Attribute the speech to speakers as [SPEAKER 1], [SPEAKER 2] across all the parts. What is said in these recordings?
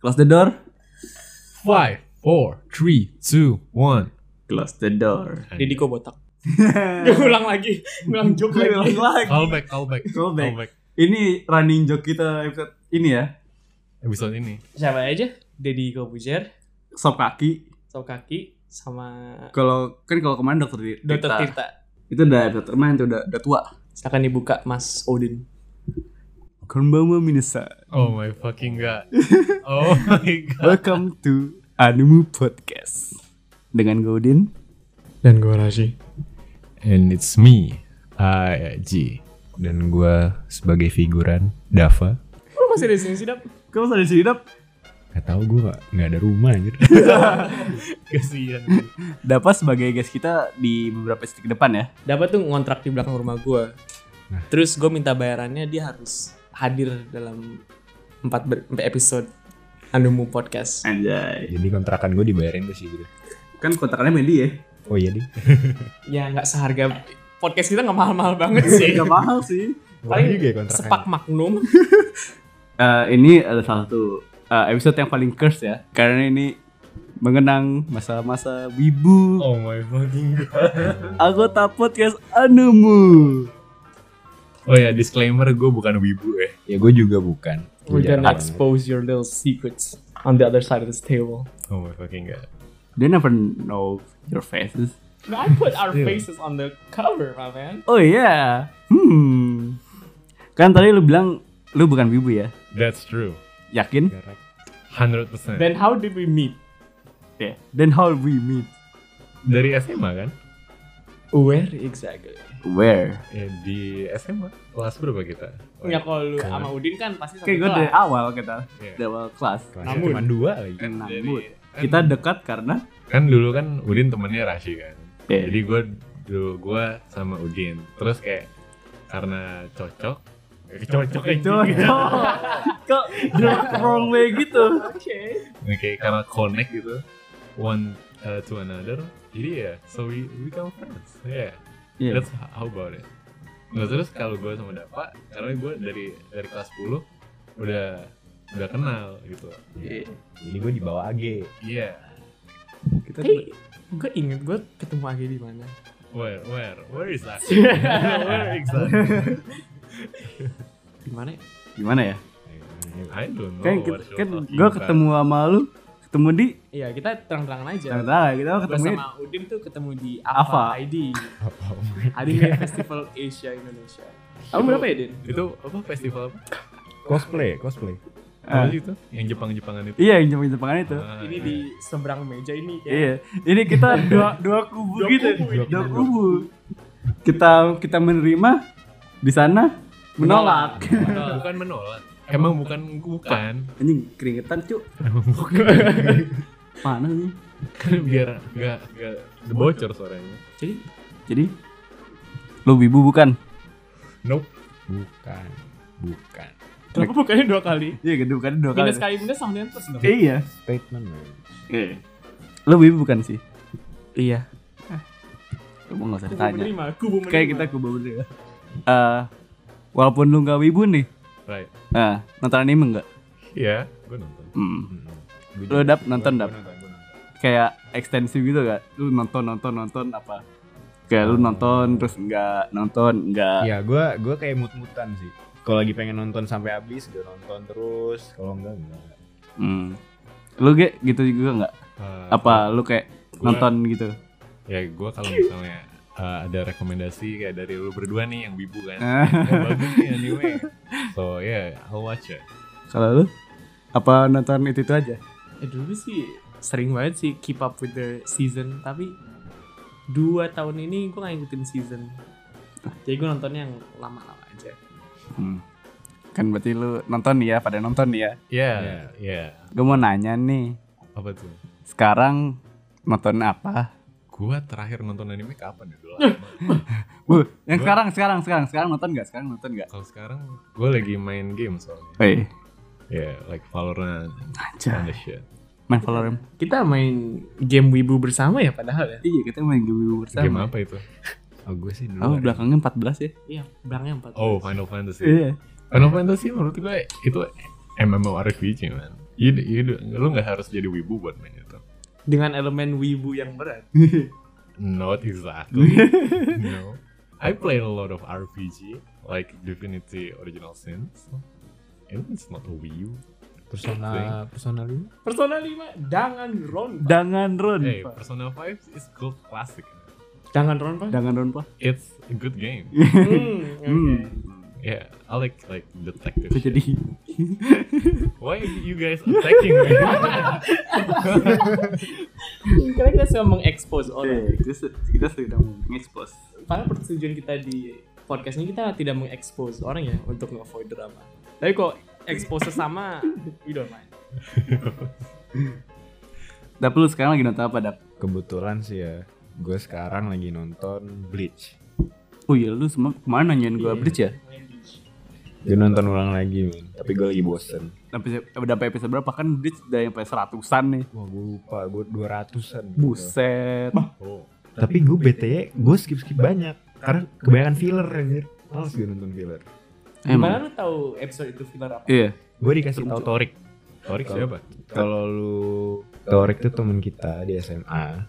[SPEAKER 1] Close the door.
[SPEAKER 2] Five, four, three, two, one.
[SPEAKER 1] Close the door.
[SPEAKER 3] Didiko botak. ulang lagi, ulang joke lagi.
[SPEAKER 2] Call back, call back,
[SPEAKER 1] Call back. Ini running joke kita episode ini ya.
[SPEAKER 2] Episode ini.
[SPEAKER 3] Siapa aja? Deddy Kobuzer,
[SPEAKER 1] Sop kaki.
[SPEAKER 3] Sok Kaki, sama
[SPEAKER 1] Kalau kan kalau kemarin dokter di
[SPEAKER 3] Dr.
[SPEAKER 1] Tirta.
[SPEAKER 3] Tirta.
[SPEAKER 1] Itu udah dokter kemarin tuh udah, udah tua.
[SPEAKER 3] Silakan dibuka Mas Odin.
[SPEAKER 1] Konbanwa minasai.
[SPEAKER 2] Oh my fucking god. Oh my god.
[SPEAKER 1] Welcome to Animu Podcast dengan Godin.
[SPEAKER 2] Dan gue Rashi. And it's me, AG. Dan gue sebagai figuran Dava.
[SPEAKER 3] Lu masih di sini sih, Dap?
[SPEAKER 1] Kamu sadar sih dap?
[SPEAKER 2] Gak tau gue nggak ada rumah anjir. Kasian.
[SPEAKER 1] Dapat sebagai guest kita di beberapa detik ke depan ya.
[SPEAKER 3] Dapat tuh ngontrak di belakang rumah gua.
[SPEAKER 2] Nah.
[SPEAKER 3] Terus gue minta bayarannya dia harus hadir dalam 4 episode Anumu Podcast.
[SPEAKER 1] Anjay.
[SPEAKER 2] Jadi kontrakan gue dibayarin ke sih gitu.
[SPEAKER 1] Kan kontakannya Mendi ya.
[SPEAKER 2] Oh iya nih.
[SPEAKER 3] Ya nggak seharga podcast kita nggak mahal-mahal banget sih.
[SPEAKER 1] Gak mahal sih.
[SPEAKER 3] Paling
[SPEAKER 2] juga ya kontrakan.
[SPEAKER 3] Sepak Magnum.
[SPEAKER 1] Eh, ini adalah salah satu eh, episode yang paling curse ya. Karena ini mengenang masa-masa wibu.
[SPEAKER 2] Oh my fucking god.
[SPEAKER 1] Aku takut guys Animu.
[SPEAKER 2] Oh ya disclaimer gue bukan wibu ya. Ya gue juga bukan.
[SPEAKER 3] We're
[SPEAKER 2] Gue
[SPEAKER 3] gonna
[SPEAKER 2] jarang
[SPEAKER 3] expose your little secrets on the other side of this table.
[SPEAKER 2] banget. Oh my fucking god.
[SPEAKER 1] They never know your faces.
[SPEAKER 3] I put our
[SPEAKER 2] Iya.
[SPEAKER 3] faces on the cover, my man.
[SPEAKER 1] Oh iya. Hmm. Kan tadi lu bilang lu bukan wibu ya?
[SPEAKER 2] That's true.
[SPEAKER 1] Yakin?
[SPEAKER 2] 100%
[SPEAKER 3] Then how did we meet?
[SPEAKER 1] Yeah.
[SPEAKER 2] Ya.
[SPEAKER 1] Then how we meet?
[SPEAKER 2] Dari SMA kan?
[SPEAKER 3] Where exactly?
[SPEAKER 1] Where?
[SPEAKER 2] Ya, di SMA kelas berapa kita? Oh,
[SPEAKER 3] Ya kalau lu
[SPEAKER 2] Kelas.
[SPEAKER 3] sama Udin kan pasti satu
[SPEAKER 1] Kayak gue dari
[SPEAKER 3] kelas.
[SPEAKER 1] awal kita,
[SPEAKER 2] Iya.
[SPEAKER 1] dari awal kelas.
[SPEAKER 2] kelasnya
[SPEAKER 3] Namun.
[SPEAKER 2] cuma dua lagi.
[SPEAKER 1] Namun.
[SPEAKER 2] Jadi, kan-
[SPEAKER 1] Kita dekat karena
[SPEAKER 2] kan dulu kan Udin temennya Rashi kan.
[SPEAKER 1] Iya.
[SPEAKER 2] Jadi gue dulu gue sama Udin. Terus kayak karena cocok, eh, cocok
[SPEAKER 1] Iya.
[SPEAKER 2] aja.
[SPEAKER 1] kok wrong way gitu.
[SPEAKER 3] Oke.
[SPEAKER 2] Kayak karena connect gitu one uh, to another. Jadi ya, so we we become friends. Yeah.
[SPEAKER 1] Iya.
[SPEAKER 2] That's how about it. Nah, terus kalau gue sama Dapa, karena gue dari dari kelas 10 udah udah kenal gitu.
[SPEAKER 1] Iya.
[SPEAKER 2] Jadi gue dibawa AG. Iya.
[SPEAKER 1] Kita
[SPEAKER 3] Tapi gue inget gue ketemu Agi di mana?
[SPEAKER 2] Where where where is that? where exactly?
[SPEAKER 3] Di mana? ya?
[SPEAKER 1] gimana ya?
[SPEAKER 2] I don't know.
[SPEAKER 1] Kan
[SPEAKER 2] what you're
[SPEAKER 1] kan gue
[SPEAKER 2] talking about.
[SPEAKER 1] ketemu sama lu, ketemu di
[SPEAKER 3] Iya kita terang-terangan aja.
[SPEAKER 1] Gak tahu kita
[SPEAKER 3] Gue
[SPEAKER 1] ketemu Ah. Oh,
[SPEAKER 3] sama Udin tuh ketemu di
[SPEAKER 1] Ava.
[SPEAKER 3] Ava ID. Anime Festival Asia Indonesia.
[SPEAKER 1] Iya.
[SPEAKER 3] Kamu berapa ya, Din?
[SPEAKER 2] itu apa festival apa?
[SPEAKER 4] cosplay cosplay
[SPEAKER 2] Apa sih itu? Yang Jepang-Jepangan itu.
[SPEAKER 1] Iya, yang jepang jepangan Ah. itu.
[SPEAKER 2] Ah,
[SPEAKER 3] Ini
[SPEAKER 2] iya.
[SPEAKER 3] di seberang meja ini ya. kayak
[SPEAKER 1] Iya, ini kita dua dua kubu
[SPEAKER 3] Dua
[SPEAKER 1] gitu,
[SPEAKER 3] kubu
[SPEAKER 1] dua kubu. Kita kita menerima di sana menolak.
[SPEAKER 4] oh,
[SPEAKER 2] Menolak, bukan menolak. Emang bukan bukan.
[SPEAKER 1] Anjing keringetan cuk.
[SPEAKER 2] Emang bukan.
[SPEAKER 1] Panas nih.
[SPEAKER 2] Kan biar nggak nggak bocor suaranya.
[SPEAKER 3] Jadi
[SPEAKER 1] Jadi lu wibu bukan?
[SPEAKER 2] Nope.
[SPEAKER 4] bukan bukan
[SPEAKER 3] kenapa bukannya dua kali?
[SPEAKER 1] Iya, gede bukan dua kali.
[SPEAKER 3] Minus kali minus sama dengan plus dong.
[SPEAKER 1] Iya.
[SPEAKER 4] statement man.
[SPEAKER 1] Lu wibu bukan sih?
[SPEAKER 3] Iya.
[SPEAKER 1] Lu mau enggak usah
[SPEAKER 3] Kubu
[SPEAKER 1] ditanya.
[SPEAKER 3] menerima, kubu menerima.
[SPEAKER 1] Kayak kita kubu deh. Eh walaupun lu enggak wibu nih,
[SPEAKER 2] Right.
[SPEAKER 1] nah, nonton anime enggak?
[SPEAKER 2] Iya, gue nonton.
[SPEAKER 1] Hmm.
[SPEAKER 4] Gua
[SPEAKER 1] Lu
[SPEAKER 4] juga-
[SPEAKER 1] dap nonton
[SPEAKER 4] gua-
[SPEAKER 1] dap
[SPEAKER 4] gua nonton, gua nonton.
[SPEAKER 1] kayak ekstensif gitu gak? Lu nonton nonton nonton apa? Kayak lu nonton terus enggak nonton
[SPEAKER 2] Iya.
[SPEAKER 1] enggak.
[SPEAKER 4] ya gue gue kayak mut-mutan sih kalau lagi pengen nonton sampai habis gue nonton terus kalau enggak enggak
[SPEAKER 1] Hmm. Lu ge gitu juga enggak?
[SPEAKER 2] Eh,
[SPEAKER 1] Apa lu kayak
[SPEAKER 2] Gua-
[SPEAKER 1] nonton gitu?
[SPEAKER 2] ya gue kalau misalnya uh, ada rekomendasi kayak dari lu berdua nih yang wibu kan Eh, bagus nih anime so yeah I'll watch it
[SPEAKER 1] Kalau lu apa nonton itu itu aja?
[SPEAKER 3] Eh, dulu sih sering banget sih keep up with the season tapi dua tahun ini gue gak ngikutin season jadi gue nontonnya yang lama-lama aja
[SPEAKER 1] Hmm. Kan berarti lu nonton nih ya, pada nonton nih ya.
[SPEAKER 2] yeah yeah,
[SPEAKER 1] Gue mau nanya nih,
[SPEAKER 2] apa tuh
[SPEAKER 1] sekarang nonton apa?
[SPEAKER 2] gue terakhir nonton anime kapan ya dulu lama.
[SPEAKER 1] Bu, yang sekarang sekarang sekarang sekarang nonton nggak? Sekarang nonton nggak?
[SPEAKER 2] kalau sekarang gue lagi main game soalnya
[SPEAKER 1] Eh,
[SPEAKER 2] yeah like Valorant and
[SPEAKER 1] aja.
[SPEAKER 2] the shit
[SPEAKER 1] Main Valorant.
[SPEAKER 3] kita main game wibu bersama ya padahal ya
[SPEAKER 1] Iya, kita main game bersama.
[SPEAKER 2] game apa itu oh gue sih dulu
[SPEAKER 1] ya. Oh,
[SPEAKER 2] ada-
[SPEAKER 1] belakangnya 14 ya?
[SPEAKER 3] iya belakangnya empat
[SPEAKER 2] oh Final Fantasy
[SPEAKER 1] Iya.
[SPEAKER 2] Final Fantasy menurut gue itu MMORPG man You, you, lu nggak harus jadi wibu buat main itu.
[SPEAKER 3] dengan elemen wibu yang berat.
[SPEAKER 2] Not exactly. no. I played a lot of RPG like Divinity Original Sin. So and it's not a Wii U.
[SPEAKER 4] Persona Persona 5.
[SPEAKER 3] Persona 5 Dangan Ron.
[SPEAKER 1] Dangan Ron.
[SPEAKER 2] Hey, Persona 5 is gold classic.
[SPEAKER 3] Dangan Ron pak?
[SPEAKER 1] Dangan Ron, Pak.
[SPEAKER 2] It's a good game.
[SPEAKER 3] Hmm, oke.
[SPEAKER 2] Yeah, I like like detective.
[SPEAKER 1] Kok
[SPEAKER 2] shit.
[SPEAKER 1] jadi
[SPEAKER 2] Why you guys attacking me?
[SPEAKER 3] Karena kita suka mengekspos
[SPEAKER 1] Oke,
[SPEAKER 3] orang.
[SPEAKER 1] kita, se- kita sedang mengekspos.
[SPEAKER 3] Karena persetujuan kita di podcast ini kita tidak mengekspos orang ya untuk nge-avoid drama. Tapi kok expose sama, we don't mind.
[SPEAKER 1] Tapi lu sekarang lagi nonton apa, Dap?
[SPEAKER 4] Kebetulan sih ya, gue sekarang lagi nonton Bleach.
[SPEAKER 1] Oh iya, lu semua kemana nanyain gua Bleach ya?
[SPEAKER 4] Gue nonton ulang lagi, men. Iya. tapi gue lagi bosen.
[SPEAKER 1] Sampai udah sampai episode berapa kan Bleach udah yang sampai seratusan nih.
[SPEAKER 4] Wah, gue lupa, gue 200-an.
[SPEAKER 1] Buset.
[SPEAKER 2] oh,
[SPEAKER 4] Tapi gue bete, gue skip-skip banyak. Karena kebanyakan filler anjir. Males gue nonton filler.
[SPEAKER 3] Gimana
[SPEAKER 1] Emang.
[SPEAKER 3] lu tahu episode itu filler apa?
[SPEAKER 1] Iya.
[SPEAKER 4] Gue dikasih
[SPEAKER 2] tahu
[SPEAKER 4] tahu
[SPEAKER 2] Torik. Torik
[SPEAKER 4] Tau.
[SPEAKER 2] siapa?
[SPEAKER 4] kalau lu Torik tuh temen kita di SMA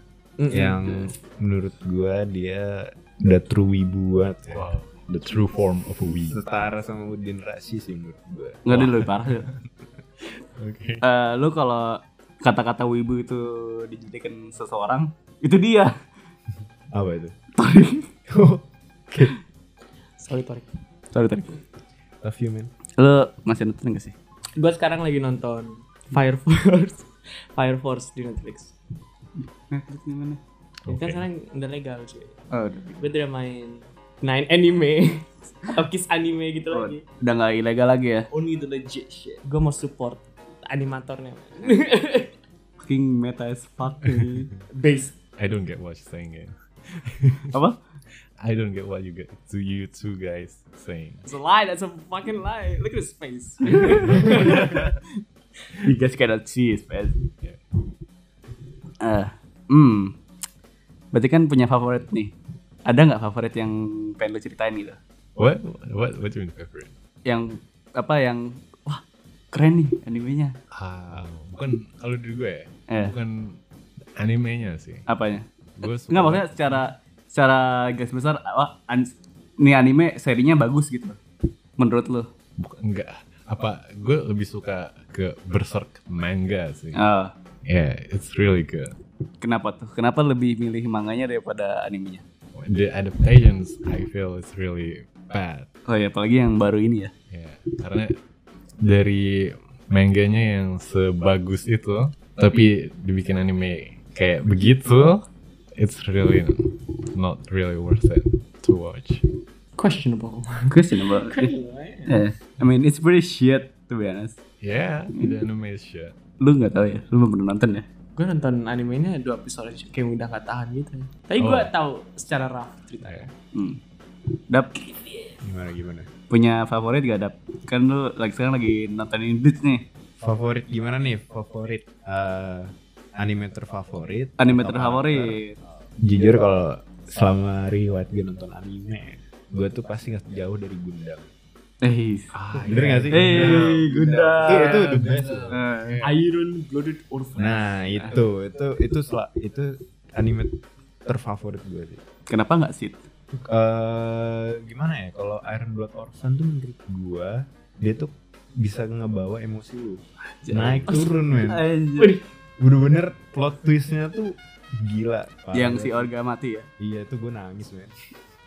[SPEAKER 4] yang menurut gua dia udah true wibu banget ya.
[SPEAKER 2] Wow, the true form of a Wii.
[SPEAKER 4] Setara sama Udin Rasi sih menurut gua.
[SPEAKER 1] Enggak ada lebih parah. ya.
[SPEAKER 2] Okay.
[SPEAKER 1] Eh, lu kalau kata-kata wibu itu dijadikan seseorang, itu dia.
[SPEAKER 4] Apa itu?
[SPEAKER 3] Sorry, sorry.
[SPEAKER 1] Sorry tadi.
[SPEAKER 4] Love you man.
[SPEAKER 1] Lu masih nonton gak sih?
[SPEAKER 3] Gue sekarang lagi nonton Fire Force. Fire Force di Netflix.
[SPEAKER 1] Netflix di mana?
[SPEAKER 3] Itu Kan
[SPEAKER 2] Okay.
[SPEAKER 3] sekarang udah legal cuy.
[SPEAKER 1] Oh, udah.
[SPEAKER 3] Gue udah main nine anime. Atau kiss anime gitu
[SPEAKER 1] Oh,
[SPEAKER 3] lagi.
[SPEAKER 1] udah nggak ilegal lagi ya?
[SPEAKER 3] Only the legit shit. Gue mau support animatornya.
[SPEAKER 1] King meta as fuck. nih.
[SPEAKER 3] Base.
[SPEAKER 2] I don't get what you're saying. Yeah.
[SPEAKER 1] Apa?
[SPEAKER 2] I don't get what you get to you two guys saying.
[SPEAKER 3] It's a lie, that's a fucking lie. Look at his face.
[SPEAKER 1] You guys cannot see his face.
[SPEAKER 2] Yeah.
[SPEAKER 1] Eh, hmm. Berarti kan punya favorit nih. Ada nggak favorit yang pengen lu ceritain gitu?
[SPEAKER 2] What? What? What's your favorite?
[SPEAKER 1] Yang apa yang wah keren nih animenya?
[SPEAKER 2] Ah, bukan kalau dari gue ya.
[SPEAKER 1] Eh.
[SPEAKER 2] Bukan animenya sih.
[SPEAKER 1] Apanya?
[SPEAKER 2] Gue suka.
[SPEAKER 1] Enggak maksudnya secara secara garis besar wah an- nih anime serinya bagus gitu. Menurut lu?
[SPEAKER 2] Bukan- enggak. Apa? Gue lebih suka ke berserk manga sih.
[SPEAKER 1] Eh,
[SPEAKER 2] Yeah, it's really good.
[SPEAKER 1] kenapa tuh? Kenapa lebih milih manganya daripada animenya?
[SPEAKER 2] The adaptations I feel is really bad.
[SPEAKER 1] Oh ya, apalagi yang baru ini ya.
[SPEAKER 2] Ya, karena dari manganya yang sebagus itu, tapi dibikin anime kayak begitu, it's really not really worth it to watch.
[SPEAKER 3] Questionable.
[SPEAKER 1] Question about Eh, I mean it's pretty shit to be honest.
[SPEAKER 2] Yeah, the anime is shit.
[SPEAKER 1] Lu nggak tahu ya? Lu belum pernah nonton ya?
[SPEAKER 3] gue nonton animenya dua episode aja, kayak udah gak tahan gitu. Tapi gue
[SPEAKER 2] Oh.
[SPEAKER 3] tahu secara rough
[SPEAKER 2] Ya.
[SPEAKER 3] ceritanya.
[SPEAKER 1] Hmm. Dap
[SPEAKER 4] Gimana gimana?
[SPEAKER 1] punya favorit gak Dap? Kan lu lagi sekarang lagi nontonin Bleach nih.
[SPEAKER 4] Favorit gimana nih? Favorit eh, anime terfavorit? Iya.
[SPEAKER 1] Anime
[SPEAKER 4] Atau
[SPEAKER 1] terfavorit.
[SPEAKER 4] karakter? Jujur kalau selama riwayat gue nonton anime, gue tuh pasti nggak jauh dari Gundam.
[SPEAKER 1] Eh.
[SPEAKER 2] Ah,
[SPEAKER 4] iya. Bener
[SPEAKER 2] ya.
[SPEAKER 4] nggak sih? Iya,
[SPEAKER 1] Eh, Gundam.
[SPEAKER 4] Nah. Itu- itu the best.
[SPEAKER 1] Eh.
[SPEAKER 3] Iron Blooded Orphan.
[SPEAKER 4] Nah itu itu itu sel- itu anime terfavorit gue sih.
[SPEAKER 1] Kenapa nggak sih?
[SPEAKER 4] Eh, gimana ya kalau Iron Blood Orphan tuh menurut gue dia tuh bisa ngebawa emosi lu naik turun men
[SPEAKER 3] Wih,
[SPEAKER 4] bener-bener plot twistnya tuh gila Parah.
[SPEAKER 1] Yang si Orga mati ya? Uh.
[SPEAKER 4] iya itu gue nangis men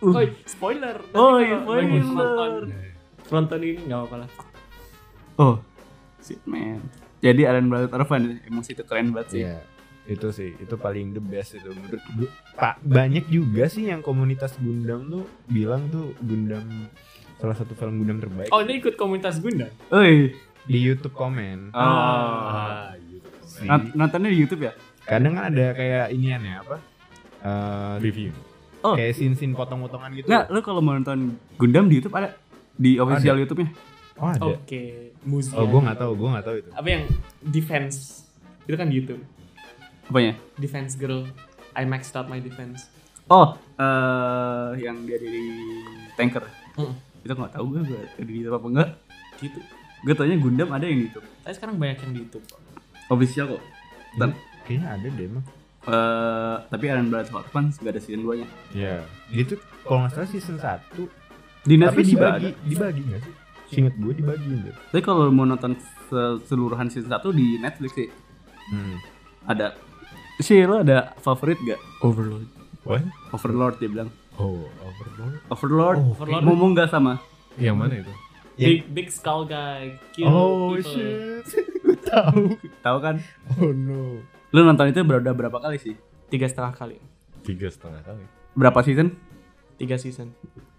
[SPEAKER 3] oh, spoiler. Nanti
[SPEAKER 1] Oh,
[SPEAKER 3] kalau
[SPEAKER 1] iya,
[SPEAKER 3] lagi
[SPEAKER 1] spoiler.
[SPEAKER 3] nonton- Nonton ini gak apa-apa lah.
[SPEAKER 1] Oh, shit man. Jadi Alan Blood Orphan emosi itu keren banget sih.
[SPEAKER 4] Iya itu sih itu paling the best itu menurut gue pak banyak juga sih yang komunitas Gundam tuh bilang tuh Gundam salah satu film Gundam terbaik
[SPEAKER 3] Oh, ini ikut komunitas Gundam.
[SPEAKER 1] Oi.
[SPEAKER 4] di YouTube komen
[SPEAKER 1] Ah.
[SPEAKER 2] Ah, gitu.
[SPEAKER 4] sih.
[SPEAKER 1] Nont- Nontonnya di YouTube ya?
[SPEAKER 4] kadang kan ada kayak inian ya apa Eh,
[SPEAKER 2] Review.
[SPEAKER 1] Oh.
[SPEAKER 4] kayak sin sin potong-potongan gitu
[SPEAKER 1] Nggak, lu kalau mau nonton Gundam di YouTube ada di official YouTube-nya.
[SPEAKER 4] oh ada
[SPEAKER 3] Oke, museum.
[SPEAKER 4] Oh, gue nggak tahu, gue nggak tahu itu.
[SPEAKER 3] Apa yang defense? Itu kan gitu.
[SPEAKER 1] Apanya?
[SPEAKER 3] Defense girl. I maxed out my defense.
[SPEAKER 1] Oh, eh yang dia dari tanker.
[SPEAKER 3] Mm,
[SPEAKER 1] Itu nggak tahu gue, gue ada di YouTube apa enggak.
[SPEAKER 3] gitu.
[SPEAKER 1] Gue taunya Gundam ada yang di YouTube.
[SPEAKER 3] Tapi sekarang banyak yang di YouTube.
[SPEAKER 1] Official kok. Ntar,
[SPEAKER 4] Kayaknya ada deh emang.
[SPEAKER 1] eh, tapi Iron Blood Hot Ones gak ada season 2 nya.
[SPEAKER 2] Iya.
[SPEAKER 4] Itu kalau nggak salah season 1
[SPEAKER 1] Di
[SPEAKER 4] tapi
[SPEAKER 1] Netflix juga ada.
[SPEAKER 4] dibagi, dibagi nggak sih? Singkat gue dibagi nggak?
[SPEAKER 1] Tapi kalau mau nonton seluruhan season 1 di Netflix sih
[SPEAKER 4] Hmm.
[SPEAKER 1] ada. Sih lo ada favorit gak?
[SPEAKER 3] Overload.
[SPEAKER 2] What?
[SPEAKER 1] Overlord dia bilang.
[SPEAKER 2] Oh, Overlord.
[SPEAKER 1] Overlord,
[SPEAKER 2] Oh,
[SPEAKER 3] Overlord.
[SPEAKER 1] ngomong gak sama?
[SPEAKER 2] Yang mana itu?
[SPEAKER 3] Big, big skull guy. Kill
[SPEAKER 2] oh
[SPEAKER 1] Gitu.
[SPEAKER 3] people.
[SPEAKER 2] shit. Gue tahu.
[SPEAKER 1] Tahu kan?
[SPEAKER 2] Oh no.
[SPEAKER 1] Lu nonton itu berapa berapa kali sih?
[SPEAKER 3] Tiga setengah kali.
[SPEAKER 2] Tiga setengah kali.
[SPEAKER 1] Berapa season?
[SPEAKER 3] Tiga season.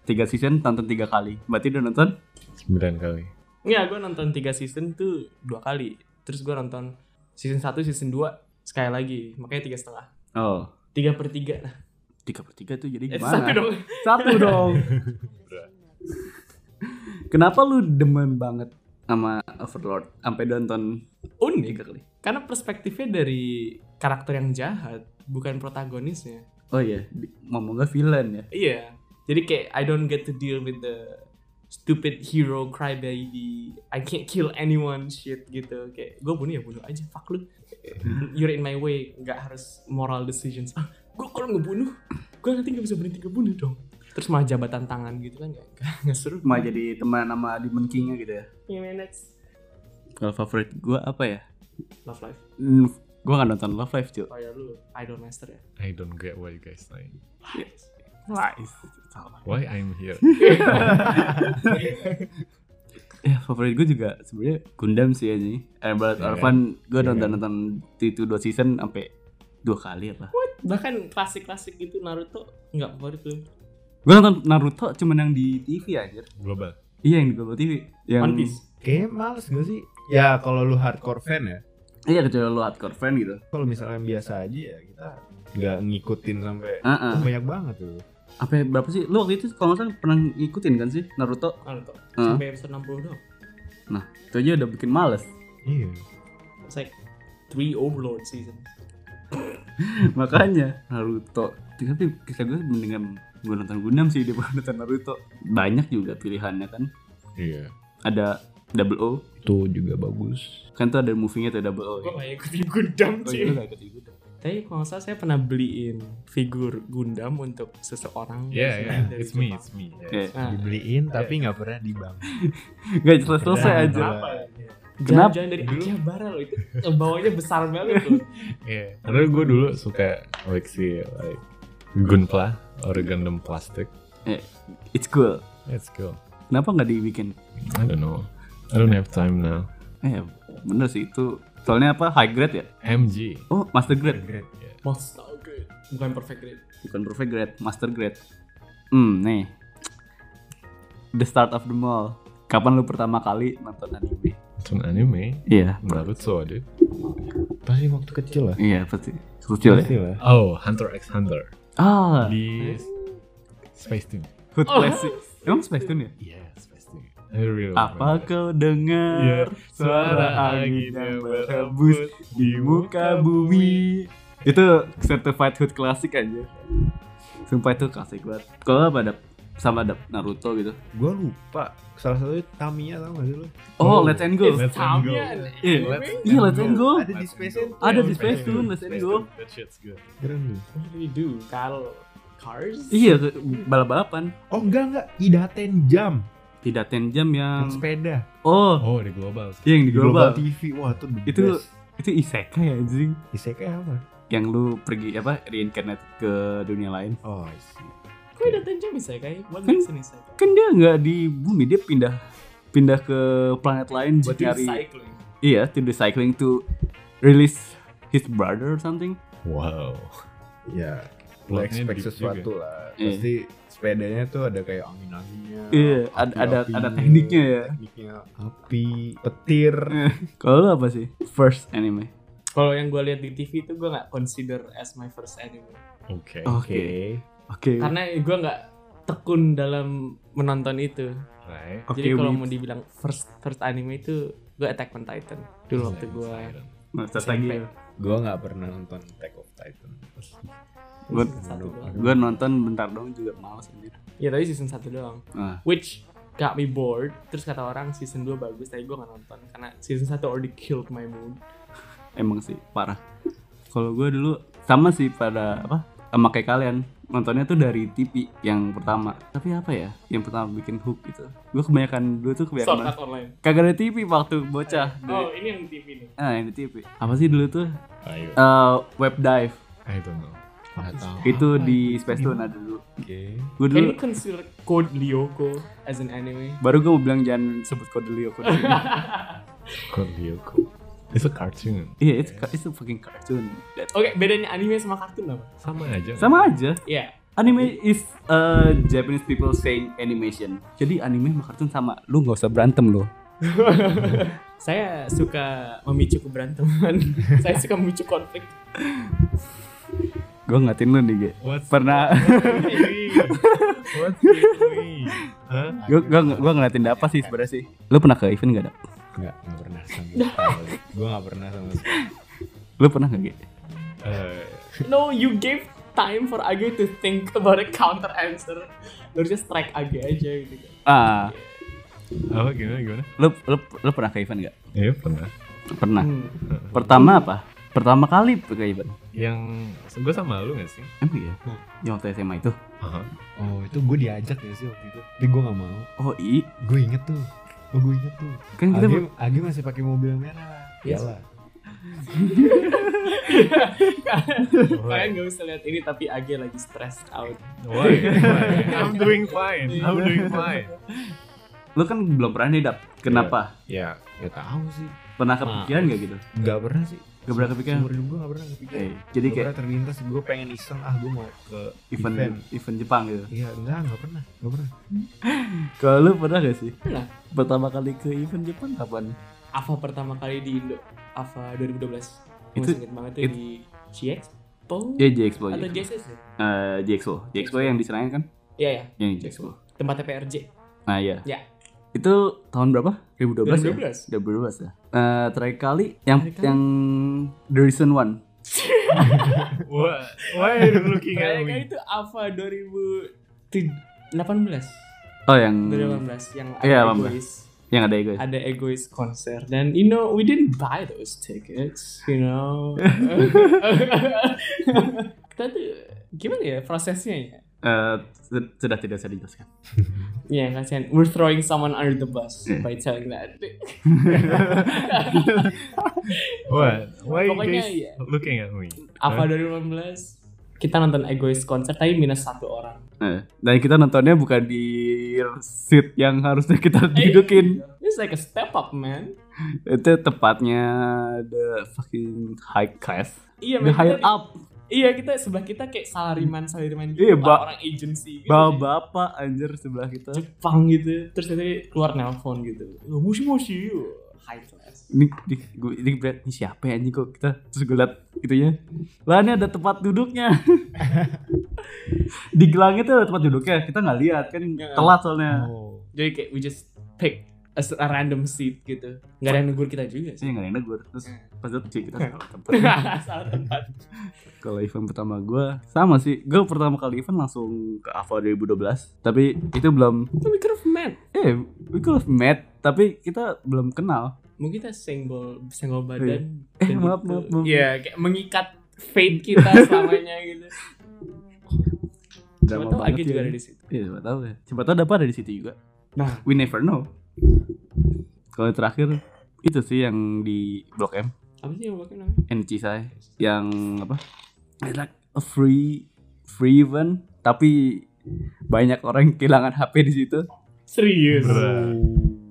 [SPEAKER 1] Tiga season, nonton tiga kali. Berarti udah nonton?
[SPEAKER 2] Sembilan kali.
[SPEAKER 3] Iya, gue nonton tiga season tuh dua kali. Terus gue nonton season 1, season 2 sekali lagi. Makanya tiga setengah.
[SPEAKER 1] Oh,
[SPEAKER 3] Tiga per tiga. Nah,
[SPEAKER 1] tiga per tiga tuh jadi
[SPEAKER 3] eh,
[SPEAKER 1] gimana?
[SPEAKER 3] satu dong.
[SPEAKER 1] Satu dong. Kenapa lu demen banget sama Overlord sampai nonton
[SPEAKER 3] Unik.
[SPEAKER 1] tiga kali?
[SPEAKER 3] Karena perspektifnya dari karakter yang jahat, bukan protagonisnya.
[SPEAKER 1] Oh iya, di- ngomong gak villain ya?
[SPEAKER 3] Iya. Jadi kayak I don't get to deal with the stupid hero crybaby. I can't kill anyone shit gitu. Kayak gue bunuh ya bunuh aja. Fuck lu. You're in my way. Gak harus moral decisions. Ah, gue kalau ngebunuh, gue nanti gak bisa berhenti ngebunuh dong. Terus malah jabatan tangan gitu kan gak, gak, gak seru.
[SPEAKER 1] Cuma jadi teman sama Demon King-nya gitu ya?
[SPEAKER 3] minutes.
[SPEAKER 1] Kalau favorit gue apa ya?
[SPEAKER 3] Love life.
[SPEAKER 1] Hmm, gue gak nonton Love Live cuy.
[SPEAKER 3] Oh ya lu idol master ya.
[SPEAKER 2] I don't get why you guys saying.
[SPEAKER 1] Live.
[SPEAKER 2] Why I'm here?
[SPEAKER 1] Ya favorit gue juga sebenarnya Gundam sih Eh, aja. Iron Blood
[SPEAKER 2] Iya kan?
[SPEAKER 1] Orphan gue
[SPEAKER 2] Iya
[SPEAKER 1] nonton nonton itu dua season sampai dua kali apa?
[SPEAKER 3] Bahkan klasik-klasik gitu Naruto nggak favorit lu.
[SPEAKER 1] Gue nonton Naruto cuman yang di TV aja.
[SPEAKER 2] Global.
[SPEAKER 1] Iya yang di Global TV. Yang,
[SPEAKER 3] One Piece.
[SPEAKER 4] Kayaknya males gak sih? Ya kalau lu hardcore fan ya.
[SPEAKER 1] Iya kecuali lu hardcore fan gitu.
[SPEAKER 4] Kalau misalnya yang biasa aja ya kita nggak ngikutin sampai
[SPEAKER 1] Heeh.
[SPEAKER 4] Oh, banyak banget tuh.
[SPEAKER 1] Apa ya, berapa sih? Lu waktu itu kalau nggak salah pernah ngikutin kan sih Naruto?
[SPEAKER 3] Naruto.
[SPEAKER 1] Heeh.
[SPEAKER 3] Sampai episode 60 dong.
[SPEAKER 1] Nah itu aja udah bikin males.
[SPEAKER 2] Iya.
[SPEAKER 3] It's like three overlord season.
[SPEAKER 1] Makanya Naruto. Tapi kisah gue mendingan gue nonton Gundam sih daripada nonton Naruto. Banyak juga pilihannya kan.
[SPEAKER 2] Iya.
[SPEAKER 1] Ada Double O.
[SPEAKER 4] Itu juga bagus.
[SPEAKER 1] Kan tuh ada movie-nya tuh Double O.
[SPEAKER 3] Gue
[SPEAKER 1] ya.
[SPEAKER 3] gak ikutin Gundam
[SPEAKER 1] Oh, iya,
[SPEAKER 3] sih.
[SPEAKER 1] lu nggak ikut ikut.
[SPEAKER 3] Tapi kalau nggak salah saya pernah beliin figur Gundam untuk seseorang.
[SPEAKER 2] Yeah,
[SPEAKER 3] dari-
[SPEAKER 2] yeah.
[SPEAKER 3] dari
[SPEAKER 2] Iya, It's me,
[SPEAKER 3] Jepang.
[SPEAKER 2] it's me.
[SPEAKER 1] Iya.
[SPEAKER 3] Nah,
[SPEAKER 4] Dibeliin tapi nggak pernah dibangun.
[SPEAKER 1] Gak jelas selesai
[SPEAKER 3] Iya.
[SPEAKER 4] Nah,
[SPEAKER 1] aja.
[SPEAKER 3] Kenapa?
[SPEAKER 1] Kenapa?
[SPEAKER 3] Jangan-jangan dari Akihabara loh itu. Bawahnya besar banget loh.
[SPEAKER 2] Iya. Karena gue dulu suka koleksi like Gunpla or Gundam plastic.
[SPEAKER 1] Eh, it's cool.
[SPEAKER 2] Let's go.
[SPEAKER 1] Kenapa nggak di weekend?
[SPEAKER 2] I don't know. I don't have time now.
[SPEAKER 1] Eh, bener sih itu. Soalnya apa? High grade ya?
[SPEAKER 2] MG.
[SPEAKER 1] Oh, master grade.
[SPEAKER 3] Most good. Bukan perfect grade.
[SPEAKER 1] Bukan perfect grade, master grade. Hmm, nih. The start of the mall. Kapan lu pertama kali nonton anime?
[SPEAKER 2] Itu an anime.
[SPEAKER 1] Iya.
[SPEAKER 2] Naruto, dude.
[SPEAKER 4] Pasti waktu kecil lah.
[SPEAKER 1] Iya, pasti. Kecil ya?
[SPEAKER 4] Pasti lah.
[SPEAKER 2] Oh, Hunter x Hunter.
[SPEAKER 1] Ah, Oh.
[SPEAKER 2] Di Space Team.
[SPEAKER 1] Hood Classic. Emang Splatoon ya?
[SPEAKER 2] Iya, Space Team. I really
[SPEAKER 1] Apa
[SPEAKER 2] remember.
[SPEAKER 1] kau dengar
[SPEAKER 2] Iya.
[SPEAKER 1] iya. suara angin yang berhembus di muka bumi? Itu certified hood klasik aja. Sumpah itu klasik banget. Kalau apa ada sama ada Naruto gitu.
[SPEAKER 4] Gue lupa. Salah satunya Tamiya tau gak sih lu?
[SPEAKER 1] Oh, Let's End Go.
[SPEAKER 2] Let's end go.
[SPEAKER 3] Tamiya.
[SPEAKER 1] Iya, iya, Let's End Go.
[SPEAKER 4] Ada di Space End.
[SPEAKER 1] Ada
[SPEAKER 2] Yeah,
[SPEAKER 1] di Space Tune, Let's End
[SPEAKER 2] Space
[SPEAKER 1] Go.
[SPEAKER 2] Tune, Oh, That shit's good.
[SPEAKER 4] Keren tuh.
[SPEAKER 3] What do we do? Kalau Cars?
[SPEAKER 1] Iya, ke- balap-balapan.
[SPEAKER 4] Oh enggak enggak. Idaten jam.
[SPEAKER 1] Tidak ten jam yang
[SPEAKER 4] Yang sepeda.
[SPEAKER 1] Oh,
[SPEAKER 2] Oh, di global.
[SPEAKER 1] iya, yang Hmm. di global.
[SPEAKER 4] TV. Wah itu the
[SPEAKER 1] Itu-
[SPEAKER 4] best.
[SPEAKER 1] Itu isekai ya, anjing.
[SPEAKER 4] Isekai apa?
[SPEAKER 1] Yang lu pergi apa reincarnate ke dunia lain.
[SPEAKER 4] Oh I see.
[SPEAKER 3] Kok ada tenja bisa kayak? What makes an isekai?
[SPEAKER 1] Kan dia nggak di bumi, dia pindah pindah ke planet lain buat
[SPEAKER 3] Jadi
[SPEAKER 1] nyari
[SPEAKER 3] cycling.
[SPEAKER 1] Iya, to the cycling to release his brother or something.
[SPEAKER 2] Wow.
[SPEAKER 4] Ya. Lo
[SPEAKER 2] Plotnya
[SPEAKER 4] expect
[SPEAKER 2] deep
[SPEAKER 4] sesuatu lah.
[SPEAKER 1] Iya.
[SPEAKER 4] Pasti sepedanya tuh ada kayak angin-anginnya.
[SPEAKER 1] Iya, ada- ada-
[SPEAKER 4] api-apinya,
[SPEAKER 1] ada tekniknya ya.
[SPEAKER 4] Tekniknya api, petir.
[SPEAKER 1] Kalau lu apa sih? First anime.
[SPEAKER 3] Kalau yang gue lihat di TV itu gue nggak consider as my first anime.
[SPEAKER 2] Oke.
[SPEAKER 1] Oke. Oke.
[SPEAKER 3] Karena gue nggak tekun dalam menonton itu.
[SPEAKER 2] Right.
[SPEAKER 1] Oke,
[SPEAKER 3] Jadi kalau
[SPEAKER 1] Wib.
[SPEAKER 3] mau dibilang first first anime itu gue Attack on Titan dulu waktu gue
[SPEAKER 1] Nah, terus lagi.
[SPEAKER 3] SMP.
[SPEAKER 4] Gue nggak pernah nonton Attack of Titan.
[SPEAKER 1] Gue
[SPEAKER 3] season satu doang.
[SPEAKER 1] gue nonton bentar dong juga males anjir.
[SPEAKER 3] Ya tapi season satu doang.
[SPEAKER 1] Nah,
[SPEAKER 3] Which got me bored terus kata orang season 2 bagus tapi gue gak nonton karena season 1 already killed my mood
[SPEAKER 1] emang sih parah kalau gue dulu sama sih pada apa sama kayak kalian nontonnya tuh dari TV yang pertama tapi apa ya yang pertama bikin hook gitu gue kebanyakan dulu tuh
[SPEAKER 3] Short
[SPEAKER 1] kebanyakan
[SPEAKER 3] online
[SPEAKER 1] kagak ada TV waktu bocah
[SPEAKER 3] oh
[SPEAKER 1] Dari-
[SPEAKER 3] ini yang TV nih
[SPEAKER 1] ah yang di TV apa sih dulu tuh
[SPEAKER 2] Ayo.
[SPEAKER 1] Eh, web dive
[SPEAKER 2] I don't know. Nggak tahu.
[SPEAKER 1] itu di Space Tune ada dulu
[SPEAKER 2] Oke.
[SPEAKER 1] gue
[SPEAKER 3] can
[SPEAKER 1] dulu
[SPEAKER 3] you consider Code Lyoko as an anime
[SPEAKER 1] baru gue mau bilang jangan sebut kode Leo kode Leo.
[SPEAKER 2] Kodiyoko. It's a cartoon.
[SPEAKER 1] iya it's it's a fucking cartoon That-
[SPEAKER 3] Oke, bedanya anime sama kartun apa?
[SPEAKER 2] Sama aja.
[SPEAKER 1] sama aja
[SPEAKER 3] Ya,
[SPEAKER 1] anime is uh, Japanese people saying animation jadi anime sama kartun sama lu nggak usah berantem lo
[SPEAKER 3] saya suka memicu keberanteman. saya suka memicu konflik.
[SPEAKER 1] gue ngatin lu nih Ge.
[SPEAKER 2] What's
[SPEAKER 1] pernah
[SPEAKER 2] What's doing? Hah?
[SPEAKER 1] gue gue gue ngeliatin apa sih sebenarnya sih lu pernah ke event gak ada
[SPEAKER 4] Enggak, enggak pernah sama sekali. Gue enggak pernah sama sekali.
[SPEAKER 1] lu pernah gak Ge?
[SPEAKER 2] Eh,
[SPEAKER 3] No, you gave time for Age to think about a counter answer. Harusnya strike Age aja gitu.
[SPEAKER 1] ah
[SPEAKER 2] apa gimana gimana?
[SPEAKER 1] lu lu lu pernah ke event gak
[SPEAKER 2] Iya pernah.
[SPEAKER 1] pernah
[SPEAKER 3] Hmm.
[SPEAKER 1] pertama apa pertama kali ke event
[SPEAKER 2] Yang gue sama lu gak sih?
[SPEAKER 1] emang ya
[SPEAKER 4] Hmm.
[SPEAKER 1] yang waktu SMA itu
[SPEAKER 2] Hah?
[SPEAKER 4] Oh, itu gue diajak ya sih waktu itu. Tapi gue enggak mau.
[SPEAKER 1] oh i
[SPEAKER 4] Gue inget tuh. Oh, gue inget tuh.
[SPEAKER 1] kan kita
[SPEAKER 4] Agi, Agi masih pakai mobil merah.
[SPEAKER 3] Iya.
[SPEAKER 4] Iyalah.
[SPEAKER 3] Kalian gak usah lihat ini tapi Age lagi stressed out.
[SPEAKER 2] Why? Why? I'm doing fine. I'm doing fine.
[SPEAKER 1] lu kan belum pernah nih dap kenapa
[SPEAKER 2] Ya,
[SPEAKER 4] Ya tahu sih.
[SPEAKER 1] pernah kepikiran gak gitu
[SPEAKER 4] Enggak pernah sih.
[SPEAKER 1] gak pernah kepikiran
[SPEAKER 4] Seumur hidup gue enggak pernah kepikiran.
[SPEAKER 1] Eh, jadi
[SPEAKER 4] Nggak
[SPEAKER 1] kayak
[SPEAKER 4] pernah terlintas gue pengen iseng ah gue mau ke
[SPEAKER 1] event
[SPEAKER 4] event.
[SPEAKER 1] event Jepang gitu
[SPEAKER 4] Iya, enggak, enggak pernah. Enggak pernah.
[SPEAKER 1] kalau lu pernah gak sih
[SPEAKER 3] Pernah.
[SPEAKER 1] pertama kali ke event Jepang kapan
[SPEAKER 3] Ava pertama kali di Indo, Ava 2012. Itu
[SPEAKER 1] Itu-
[SPEAKER 3] inget banget tuh
[SPEAKER 1] itu-
[SPEAKER 3] di GXpo
[SPEAKER 1] ya JXPO
[SPEAKER 3] atau
[SPEAKER 1] JXPO.
[SPEAKER 3] JSS ya?
[SPEAKER 1] Eh, JXPO JXPO yang di Senayan kan
[SPEAKER 3] Iya ya,
[SPEAKER 1] yang di JXPO
[SPEAKER 3] tempatnya PRJ.
[SPEAKER 1] nah iya
[SPEAKER 3] Ya.
[SPEAKER 1] itu tahun berapa 2012 ya 2012
[SPEAKER 3] 2012.
[SPEAKER 1] ya Eh, terakhir kali yang
[SPEAKER 3] Terakhir kali.
[SPEAKER 1] yang the recent one
[SPEAKER 2] Why? Why are you looking at
[SPEAKER 3] Kayaknya
[SPEAKER 2] me?
[SPEAKER 3] itu Ava 2018.
[SPEAKER 1] oh yang
[SPEAKER 3] 2018 yang ada
[SPEAKER 1] Iya, 18.
[SPEAKER 3] egois
[SPEAKER 1] yang ada ego ya.
[SPEAKER 3] ada egois konser dan you know we didn't buy those tickets you know kita tuh gimana ya prosesnya ya
[SPEAKER 1] Eh, sud- sudah tidak saya dijelaskan
[SPEAKER 3] ya kasihan we're throwing someone under the bus
[SPEAKER 1] Iya.
[SPEAKER 3] by telling that
[SPEAKER 2] What? Why you
[SPEAKER 3] Pokoknya
[SPEAKER 2] guys
[SPEAKER 3] iya.
[SPEAKER 2] looking at me?
[SPEAKER 3] apa 2018 kita nonton egois konser tapi minus satu orang
[SPEAKER 1] Eh, dan kita nontonnya bukan di seat yang harusnya kita dudukin
[SPEAKER 3] it's like a step up man
[SPEAKER 1] itu tepatnya the fucking high class
[SPEAKER 3] iya
[SPEAKER 1] the
[SPEAKER 3] man,
[SPEAKER 1] higher
[SPEAKER 3] kita-
[SPEAKER 1] up
[SPEAKER 3] iya kita sebelah kita kayak salaryman salaryman
[SPEAKER 1] Iya,
[SPEAKER 3] gitu
[SPEAKER 1] ba-
[SPEAKER 3] orang agency gitu.
[SPEAKER 1] bawa bapak anjir sebelah kita
[SPEAKER 3] Jepang gitu terus nanti keluar nelpon gitu musi musi high class
[SPEAKER 1] ini di, gue ini gue liat, ini siapa ya anjing kok kita terus gue liat itunya lah ini ada tempat duduknya di gelangnya tuh ada tempat duduknya kita nggak lihat kan
[SPEAKER 3] Iya.
[SPEAKER 1] telat soalnya
[SPEAKER 4] Oh.
[SPEAKER 3] jadi kayak we just pick a, s- a random seat gitu nggak ada yang negur kita juga
[SPEAKER 1] sih
[SPEAKER 3] sih
[SPEAKER 1] nggak ada yang negur terus
[SPEAKER 3] Iya.
[SPEAKER 1] pas itu cuy, kita salah tempat
[SPEAKER 3] salah tempat
[SPEAKER 1] kalau event pertama gue sama sih gue pertama kali event langsung ke Ava 2012 tapi itu belum
[SPEAKER 3] itu we could have met
[SPEAKER 1] eh we could have met tapi kita belum kenal
[SPEAKER 3] mungkin kita senggol senggol badan
[SPEAKER 1] Eh,
[SPEAKER 3] dan
[SPEAKER 1] maaf,
[SPEAKER 3] gitu.
[SPEAKER 1] maaf, maaf.
[SPEAKER 3] Iya, kayak mengikat fate kita selamanya gitu
[SPEAKER 1] drama
[SPEAKER 3] Siapa tahu Agi
[SPEAKER 1] banget
[SPEAKER 3] juga
[SPEAKER 1] ya.
[SPEAKER 3] ada di situ
[SPEAKER 1] Iya, siapa tahu ya. Siapa tahu dapat ada di situ juga.
[SPEAKER 3] Nah.
[SPEAKER 1] we never know. Kalau yang terakhir itu sih yang di Blok M,
[SPEAKER 3] apa sih yang pakai namanya
[SPEAKER 1] energi saya yang apa? It's like a free free event tapi banyak orang yang kehilangan HP di situ.
[SPEAKER 3] serius
[SPEAKER 2] Bruh.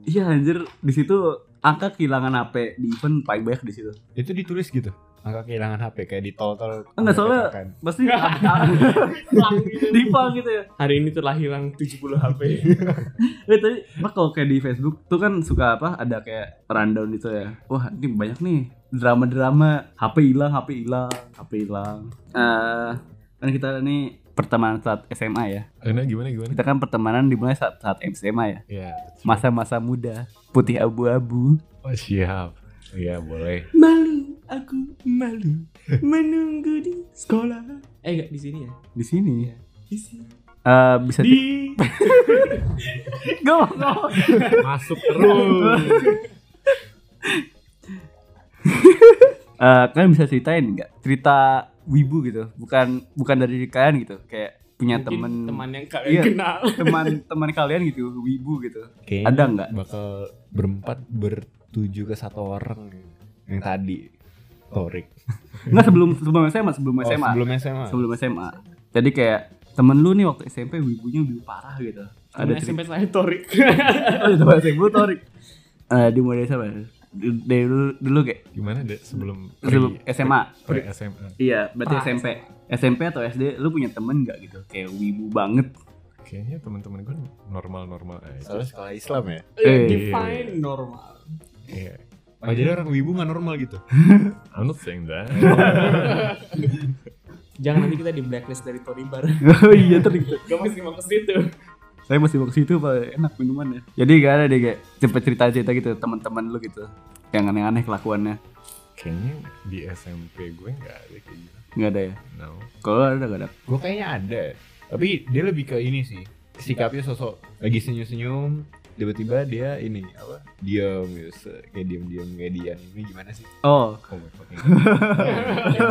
[SPEAKER 1] Iya anjir, di situ angka kehilangan HP di event paling banyak di situ.
[SPEAKER 4] Itu ditulis gitu. Angka kehilangan HP kayak di tol-tol.
[SPEAKER 1] Enggak, Oh, soalnya-
[SPEAKER 4] Kan.
[SPEAKER 1] Pasti di
[SPEAKER 3] Hilang gitu.
[SPEAKER 1] gitu ya.
[SPEAKER 3] hari ini telah hilang 70 HP
[SPEAKER 1] Eh tadi Pak kalau kayak di Facebook tuh kan suka apa ada kayak rundown gitu ya. Wah, ini banyak nih drama-drama HP hilang, HP hilang, HP hilang. Eh kan kita ini pertemanan saat SMA ya.
[SPEAKER 2] Gimana gimana gimana?
[SPEAKER 1] Kita kan pertemanan dimulai saat saat SMA ya.
[SPEAKER 2] Ya.
[SPEAKER 1] Masa-masa muda, putih abu-abu.
[SPEAKER 2] Oh, siap. Iya boleh.
[SPEAKER 3] malu aku malu menunggu di sekolah eh enggak di sini ya
[SPEAKER 1] Di sini
[SPEAKER 3] di sini
[SPEAKER 1] eh, bisa di
[SPEAKER 3] Di
[SPEAKER 1] gue mau ngomong.
[SPEAKER 2] Masuk terus.
[SPEAKER 1] Eh, kalian bisa ceritain nggak cerita wibu gitu bukan bukan dari kalian gitu kayak punya
[SPEAKER 3] mungkin
[SPEAKER 1] temen
[SPEAKER 3] teman yang kalian
[SPEAKER 1] Iya.
[SPEAKER 3] kenal.
[SPEAKER 1] teman teman kalian gitu wibu gitu
[SPEAKER 4] Kayaknya
[SPEAKER 1] Ada nggak?
[SPEAKER 4] Bakal berempat bertuju ke satu orang yang tadi.
[SPEAKER 1] Oh,
[SPEAKER 4] Torik.
[SPEAKER 1] nggak sebelum sebelum SMA sebelum
[SPEAKER 4] Oh,
[SPEAKER 1] SMA
[SPEAKER 4] sebelum SMA.
[SPEAKER 1] sebelum SMA jadi kayak temen lu nih waktu SMP wibunya wibu parah gitu ada
[SPEAKER 3] Ada
[SPEAKER 1] cerita
[SPEAKER 3] SMP saya Torik. Ya,
[SPEAKER 1] Oh, itu bahasa Inggris, Torik. Eh, di mulai SMA. D- Dari dulu, dulu kayak
[SPEAKER 2] Gimana deh sebelum Oh, ya,
[SPEAKER 1] sebelum SMA.
[SPEAKER 2] pre SMA?
[SPEAKER 1] Iya, berarti
[SPEAKER 3] Pra-
[SPEAKER 1] SMP. SMP atau SD lu punya temen gak gitu? Kayak wibu banget.
[SPEAKER 2] Kayaknya teman-teman gue normal-normal aja.
[SPEAKER 4] Soalnya sekolah Islam ya.
[SPEAKER 3] iya,
[SPEAKER 1] Eh.
[SPEAKER 3] Define normal.
[SPEAKER 2] Iya.
[SPEAKER 4] Oh, jadi orang wibu nggak normal gitu.
[SPEAKER 2] I'm not saying that.
[SPEAKER 3] Jangan nanti kita di blacklist dari Toribar.
[SPEAKER 1] oh iya, Torik.
[SPEAKER 3] Gak mesti mau ke situ.
[SPEAKER 1] Saya masih waktu itu Pak. enak minumannya. Jadi gak ada deh kayak cepet cerita-cerita gitu teman-teman lu gitu. Yang aneh-aneh kelakuannya.
[SPEAKER 2] Kayaknya di SMP gue nggak ada kayak gitu.
[SPEAKER 1] Gak ada ya.
[SPEAKER 2] No.
[SPEAKER 1] Kalau ada gak ada.
[SPEAKER 4] Gue kayaknya ada. Tapi dia lebih ke ini sih. Sikapnya sosok lagi senyum-senyum, tiba-tiba dia ini apa? Diam gitu, se- kayak diam-diam kayak diam. Ini gimana sih?
[SPEAKER 1] Oh,
[SPEAKER 2] Oh my fucking.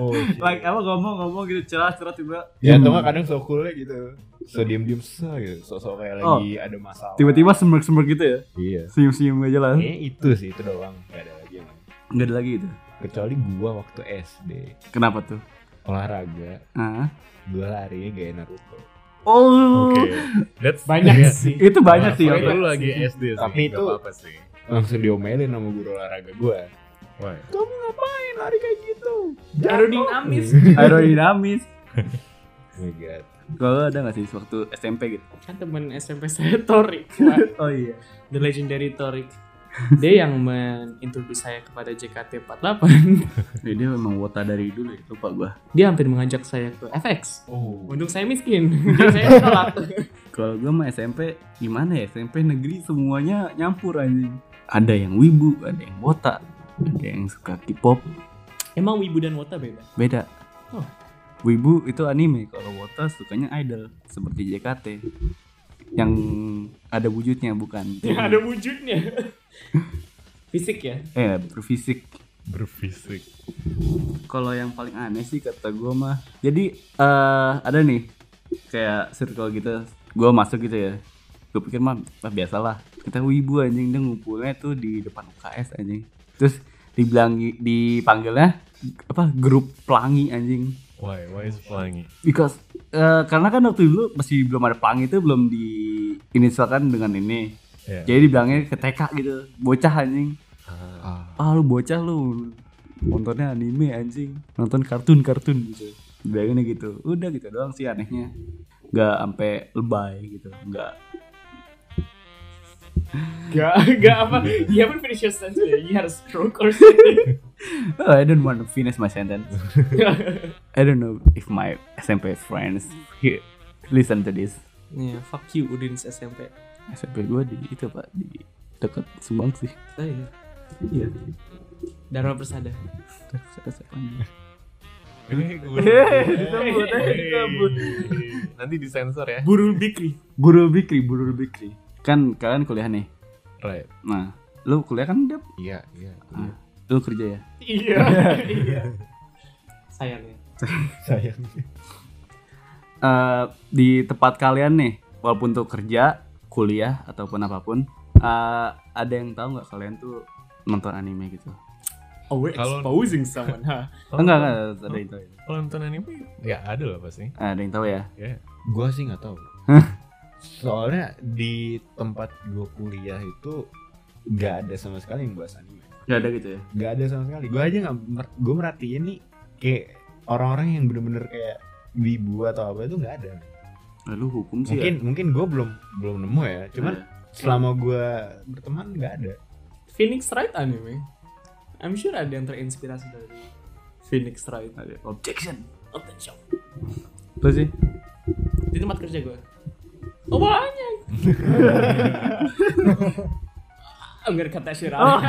[SPEAKER 4] Oh, shit.
[SPEAKER 1] like apa ngomong-ngomong gitu cerah-cerah tiba
[SPEAKER 4] ya atau nggak kadang so coolnya gitu. So diam-diam se gitu, sosok kayak
[SPEAKER 1] Oh.
[SPEAKER 4] lagi ada masalah.
[SPEAKER 1] tiba-tiba semerk-semerk gitu ya.
[SPEAKER 4] Iya.
[SPEAKER 1] Senyum-senyum gak jelas.
[SPEAKER 4] Kayaknya itu sih, itu doang. Gak ada lagi yang lain.
[SPEAKER 1] Gak ada lagi itu.
[SPEAKER 4] Kecuali gua waktu SD
[SPEAKER 1] Kenapa tuh?
[SPEAKER 4] olahraga,
[SPEAKER 1] Ah.
[SPEAKER 4] gua larinya gaya Naruto.
[SPEAKER 1] Oh. Nah,
[SPEAKER 2] Oke. That's
[SPEAKER 3] Banyak
[SPEAKER 2] yeah.
[SPEAKER 3] sih.
[SPEAKER 1] Itu banyak sih.
[SPEAKER 2] Kalau
[SPEAKER 1] Oke.
[SPEAKER 2] lu lagi SD sih.
[SPEAKER 4] Tapi
[SPEAKER 2] nggak
[SPEAKER 4] itu-
[SPEAKER 2] apa-apa sih.
[SPEAKER 4] Langsung diomelin sama guru olahraga gua.
[SPEAKER 2] Why?
[SPEAKER 4] Kamu ngapain lari kayak gitu?
[SPEAKER 3] Aerodinamis.
[SPEAKER 1] aerodinamis
[SPEAKER 4] Oh my god.
[SPEAKER 1] kalau ada nggak sih waktu SMP gitu
[SPEAKER 3] kan teman SMP saya Torik. Wah,
[SPEAKER 1] oh iya
[SPEAKER 3] The legendary Torik. Dia yang mengintroduce saya kepada JKT48.
[SPEAKER 1] dia memang wota dari dulu ya lupa gua
[SPEAKER 3] Dia hampir mengajak saya ke FX.
[SPEAKER 4] Oh.
[SPEAKER 3] Untung saya miskin. Jadi saya tolak.
[SPEAKER 1] kalau gua mah SMP gimana ya SMP negeri semuanya nyampur anjing ada yang wibu ada yang wota ada yang suka K-pop
[SPEAKER 3] Emang Wibu dan Wota beda?
[SPEAKER 1] beda
[SPEAKER 3] Oh.
[SPEAKER 1] wibu itu anime kalau wota sukanya idol seperti JKT yang ada wujudnya bukan
[SPEAKER 3] Ya, ada wujudnya. Fisik ya?
[SPEAKER 1] eh berfisik
[SPEAKER 2] Berfisik.
[SPEAKER 1] Kalau yang paling aneh sih kata gue mah, jadi eh ada nih kayak circle gitu, gue masuk gitu ya. Gue pikir mah, mah biasalah. Kita wibu anjing dia ngumpulnya tuh di depan UKS anjing. Terus dibilang dipanggilnya apa grup pelangi anjing.
[SPEAKER 2] Why? Why is pelangi?
[SPEAKER 1] Because eh, karena kan waktu dulu masih belum ada pelangi itu belum di inisialkan dengan ini.
[SPEAKER 2] Yeah.
[SPEAKER 1] Jadi dibilangnya ke TK gitu, bocah anjing
[SPEAKER 2] Ah.
[SPEAKER 1] ah lu bocah lu nontonnya anime anjing nonton kartun kartun gitu bayanginnya gitu udah gitu doang sih anehnya nggak sampai lebay gitu nggak
[SPEAKER 3] Gak, gak apa. Iya, You haven't finished your sentence. yet. You had a stroke or something.
[SPEAKER 1] oh, I don't want to finish my sentence I don't know if my SMP friends here listen to this
[SPEAKER 3] Ya, fuck you Udins SMP.
[SPEAKER 1] SMP gue di itu pak di dekat Subang sih
[SPEAKER 3] Oh, iya.
[SPEAKER 1] iya
[SPEAKER 3] Dharma Persada.
[SPEAKER 2] Ini
[SPEAKER 1] disebut,
[SPEAKER 2] gue.
[SPEAKER 1] eh, disebut.
[SPEAKER 2] Nanti disensor ya.
[SPEAKER 3] Burul Bikri.
[SPEAKER 1] Burul Bikri Burul Bikri kan kalian kuliah nih
[SPEAKER 2] Right.
[SPEAKER 1] nah lu kuliah kan Dep?
[SPEAKER 4] Iya, iya.
[SPEAKER 1] Ah, lu kerja ya
[SPEAKER 3] Iya. Iya. Sayangnya.
[SPEAKER 4] Sayang.
[SPEAKER 1] eh, di tempat kalian nih, walaupun untuk kerja, kuliah ataupun apapun, eh, ada yang tahu nggak kalian tuh nonton anime gitu?
[SPEAKER 3] Oh, we're
[SPEAKER 2] Kalau-
[SPEAKER 3] exposing someone, huh?
[SPEAKER 1] enggak enggak ada yang tahu.
[SPEAKER 2] Kalau nonton anime ya ada lah pasti.
[SPEAKER 1] Ada yang tahu ya?
[SPEAKER 2] Ya.
[SPEAKER 4] Gua sih nggak tahu. Soalnya di tempat gua kuliah itu nggak ada sama sekali yang bahas anime.
[SPEAKER 1] Gak ada gitu ya?
[SPEAKER 4] Nggak ada sama sekali. Gua aja nggak mer- gua merhatiin nih kayak orang-orang yang bener-bener kayak wibu atau apa itu nggak ada.
[SPEAKER 1] Lalu hukum sih
[SPEAKER 4] Mungkin
[SPEAKER 1] ya?
[SPEAKER 4] mungkin gua belum belum nemu ya. Cuman
[SPEAKER 1] Nah,
[SPEAKER 4] selama gua berteman nggak ada.
[SPEAKER 3] Phoenix Wright anime. I'm sure ada yang terinspirasi dari Phoenix Wright.
[SPEAKER 1] ada objection.
[SPEAKER 3] Attention.
[SPEAKER 1] Apa sih?
[SPEAKER 3] Di tempat kerja gue. Oh, banyak. I'm gonna cut that shit out.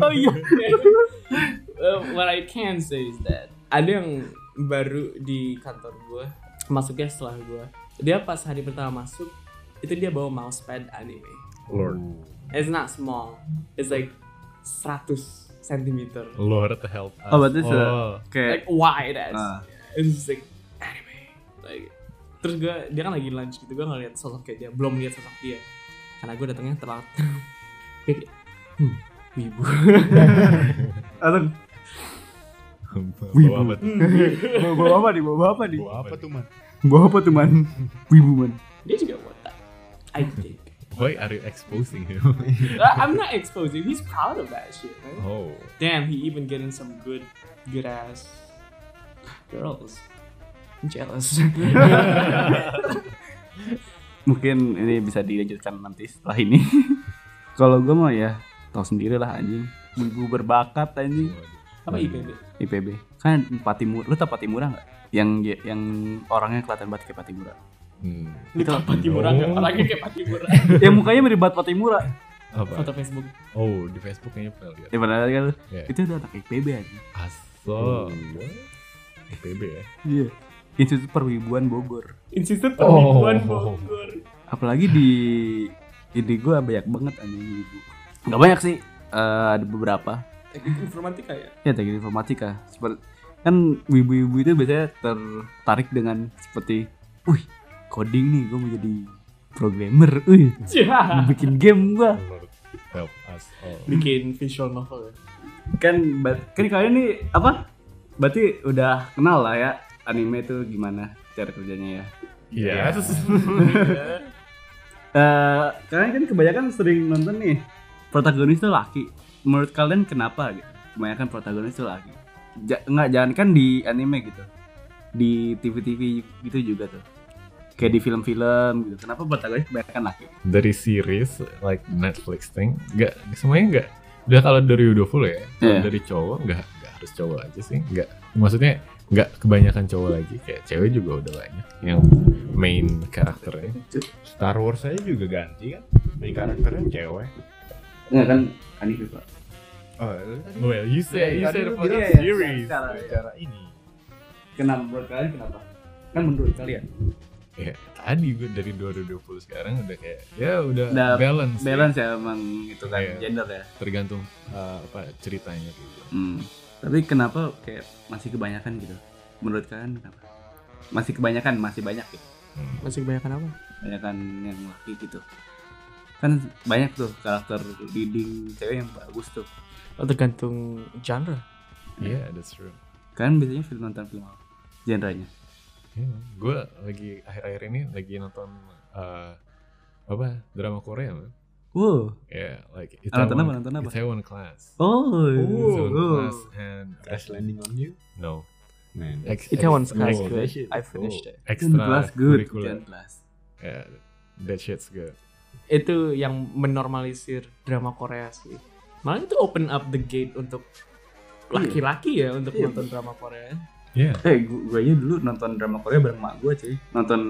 [SPEAKER 1] oh iya.
[SPEAKER 3] Well, what I can say is that ada yang baru di kantor gue masuknya setelah gue dia pas hari pertama masuk itu dia bawa mousepad anime
[SPEAKER 2] Lord,
[SPEAKER 3] it's not small it's like 100 cm
[SPEAKER 2] Lord help us.
[SPEAKER 1] Oh, berarti se-
[SPEAKER 2] Oh.
[SPEAKER 1] kayak
[SPEAKER 3] like wide as
[SPEAKER 1] Ah.
[SPEAKER 3] it's like anime like terus gue dia kan lagi lunch gitu gue ngeliat sosok kayak dia belum lihat sosok dia karena gue datangnya telat Gue kayak, hmm, wibu
[SPEAKER 1] atau
[SPEAKER 2] Bawa Oh, apa tuh?
[SPEAKER 1] bawa, bawa apa nih bawa apa nih
[SPEAKER 2] Bawa apa tuh?
[SPEAKER 4] man?
[SPEAKER 1] bawa apa tuh man wibu man
[SPEAKER 3] dia juga botak I think
[SPEAKER 2] Why are you exposing him?
[SPEAKER 3] I- I'm not exposing he's proud of that shit man.
[SPEAKER 2] oh,
[SPEAKER 3] damn he even getting some good good ass girls I'm jealous
[SPEAKER 1] mungkin ini bisa dilanjutkan nanti setelah ini kalau gue mau ya tahu sendiri lah anjing wibu berbakat anjing
[SPEAKER 3] apa IPB
[SPEAKER 1] IPB kan Patimura lu tau Patimura nggak yang ya, yang orangnya kelihatan banget kayak Patimura
[SPEAKER 2] hmm.
[SPEAKER 1] itu
[SPEAKER 3] Patimura nggak?
[SPEAKER 2] Oh.
[SPEAKER 3] orangnya kayak Patimura
[SPEAKER 1] yang mukanya mirip banget Patimura
[SPEAKER 2] apa?
[SPEAKER 3] foto Facebook
[SPEAKER 2] Oh, di Facebook kayaknya pernah lihat.
[SPEAKER 1] ya benar kan lu?
[SPEAKER 2] Iya.
[SPEAKER 1] itu udah anak IPB anjing
[SPEAKER 4] Oh,
[SPEAKER 2] Aso. IPB ya.
[SPEAKER 1] iya Institut Perwibuan Bogor
[SPEAKER 3] insisted
[SPEAKER 2] Oh.
[SPEAKER 3] perempuan Bogor
[SPEAKER 1] apalagi di ide gue banyak banget anjing wibu nggak banyak sih eh, ada beberapa
[SPEAKER 3] teknik informatika ya
[SPEAKER 1] ya teknik informatika seperti kan wibu-wibu itu biasanya tertarik dengan seperti wih coding nih gue mau jadi programmer wih
[SPEAKER 3] Jahat.
[SPEAKER 1] bikin game gua
[SPEAKER 2] Lord help us all.
[SPEAKER 3] bikin visual novel ya
[SPEAKER 1] kan ba- kan kalian nih apa berarti udah kenal lah ya anime itu gimana cara kerjanya ya
[SPEAKER 2] Iya.
[SPEAKER 1] Eh, kalian kan kebanyakan sering nonton nih protagonis tuh laki menurut kalian kenapa gitu kebanyakan protagonis tuh laki ja, nggak jangan kan di anime gitu di tv-tv gitu juga tuh kayak di film-film gitu kenapa protagonis kebanyakan laki
[SPEAKER 2] Dari series like Netflix thing, nggak semuanya nggak. Udah kalau dari Udoful ya, kalau
[SPEAKER 1] Iya.
[SPEAKER 2] dari cowok nggak nggak harus cowok aja sih, nggak. Maksudnya nggak kebanyakan cowok lagi, kayak cewek juga udah banyak yang main karakternya.
[SPEAKER 4] Star Wars saya juga ganti kan? Main karakternya cewek.
[SPEAKER 1] nggak kan anime pak
[SPEAKER 4] Oh, lu tadi
[SPEAKER 2] Well, you say you say
[SPEAKER 4] Tadi
[SPEAKER 2] the
[SPEAKER 4] lu bilang
[SPEAKER 2] fucking
[SPEAKER 1] ya,
[SPEAKER 2] iya, series.
[SPEAKER 1] secara-
[SPEAKER 4] cara ini.
[SPEAKER 1] kenapa menurut kalian kenapa kan menurut kalian
[SPEAKER 2] Ya, tadi gue dari 2020 sekarang udah kayak ya udah,
[SPEAKER 1] Udah
[SPEAKER 2] balance. sih.
[SPEAKER 1] balance ya emang itu kan
[SPEAKER 2] Iya.
[SPEAKER 1] gender ya
[SPEAKER 2] tergantung uh, apa ceritanya gitu.
[SPEAKER 1] Hmm. Tapi kenapa kayak masih kebanyakan gitu? Menurut kalian kenapa? Masih kebanyakan, masih banyak gitu.
[SPEAKER 3] masih kebanyakan apa
[SPEAKER 1] Kebanyakan yang laki gitu. Kan banyak tuh karakter leading cewek yang bagus tuh.
[SPEAKER 3] Oh, tergantung genre
[SPEAKER 2] Iya, that's true.
[SPEAKER 1] Kan biasanya film nonton film apa? Genrenya.
[SPEAKER 2] gue Iya, lagi akhir-akhir ini lagi nonton uh, apa drama Korea man.
[SPEAKER 1] Wow.
[SPEAKER 2] Ya, like
[SPEAKER 1] Ah, nonton apa, nonton apa?
[SPEAKER 2] Itaewon Class.
[SPEAKER 1] Oh.
[SPEAKER 2] Itaewon Class and
[SPEAKER 4] Crash landing on you.
[SPEAKER 2] no.
[SPEAKER 4] Man.
[SPEAKER 2] Ex-
[SPEAKER 3] Itaewon's
[SPEAKER 2] ex-
[SPEAKER 3] Class
[SPEAKER 2] ex-
[SPEAKER 3] good.
[SPEAKER 4] shit.
[SPEAKER 3] I finished it.
[SPEAKER 1] Extra
[SPEAKER 2] Extra
[SPEAKER 1] class good.
[SPEAKER 2] curricular.
[SPEAKER 1] Gen class.
[SPEAKER 2] Yeah, that shit's good.
[SPEAKER 3] Itu yang menormalisir drama Korea sih. Malah itu open up the gate untuk laki-laki ya untuk nonton drama Korea.
[SPEAKER 2] Yeah.
[SPEAKER 1] Eh, gue gue aja dulu nonton drama Korea bareng mak gue cuy. Nonton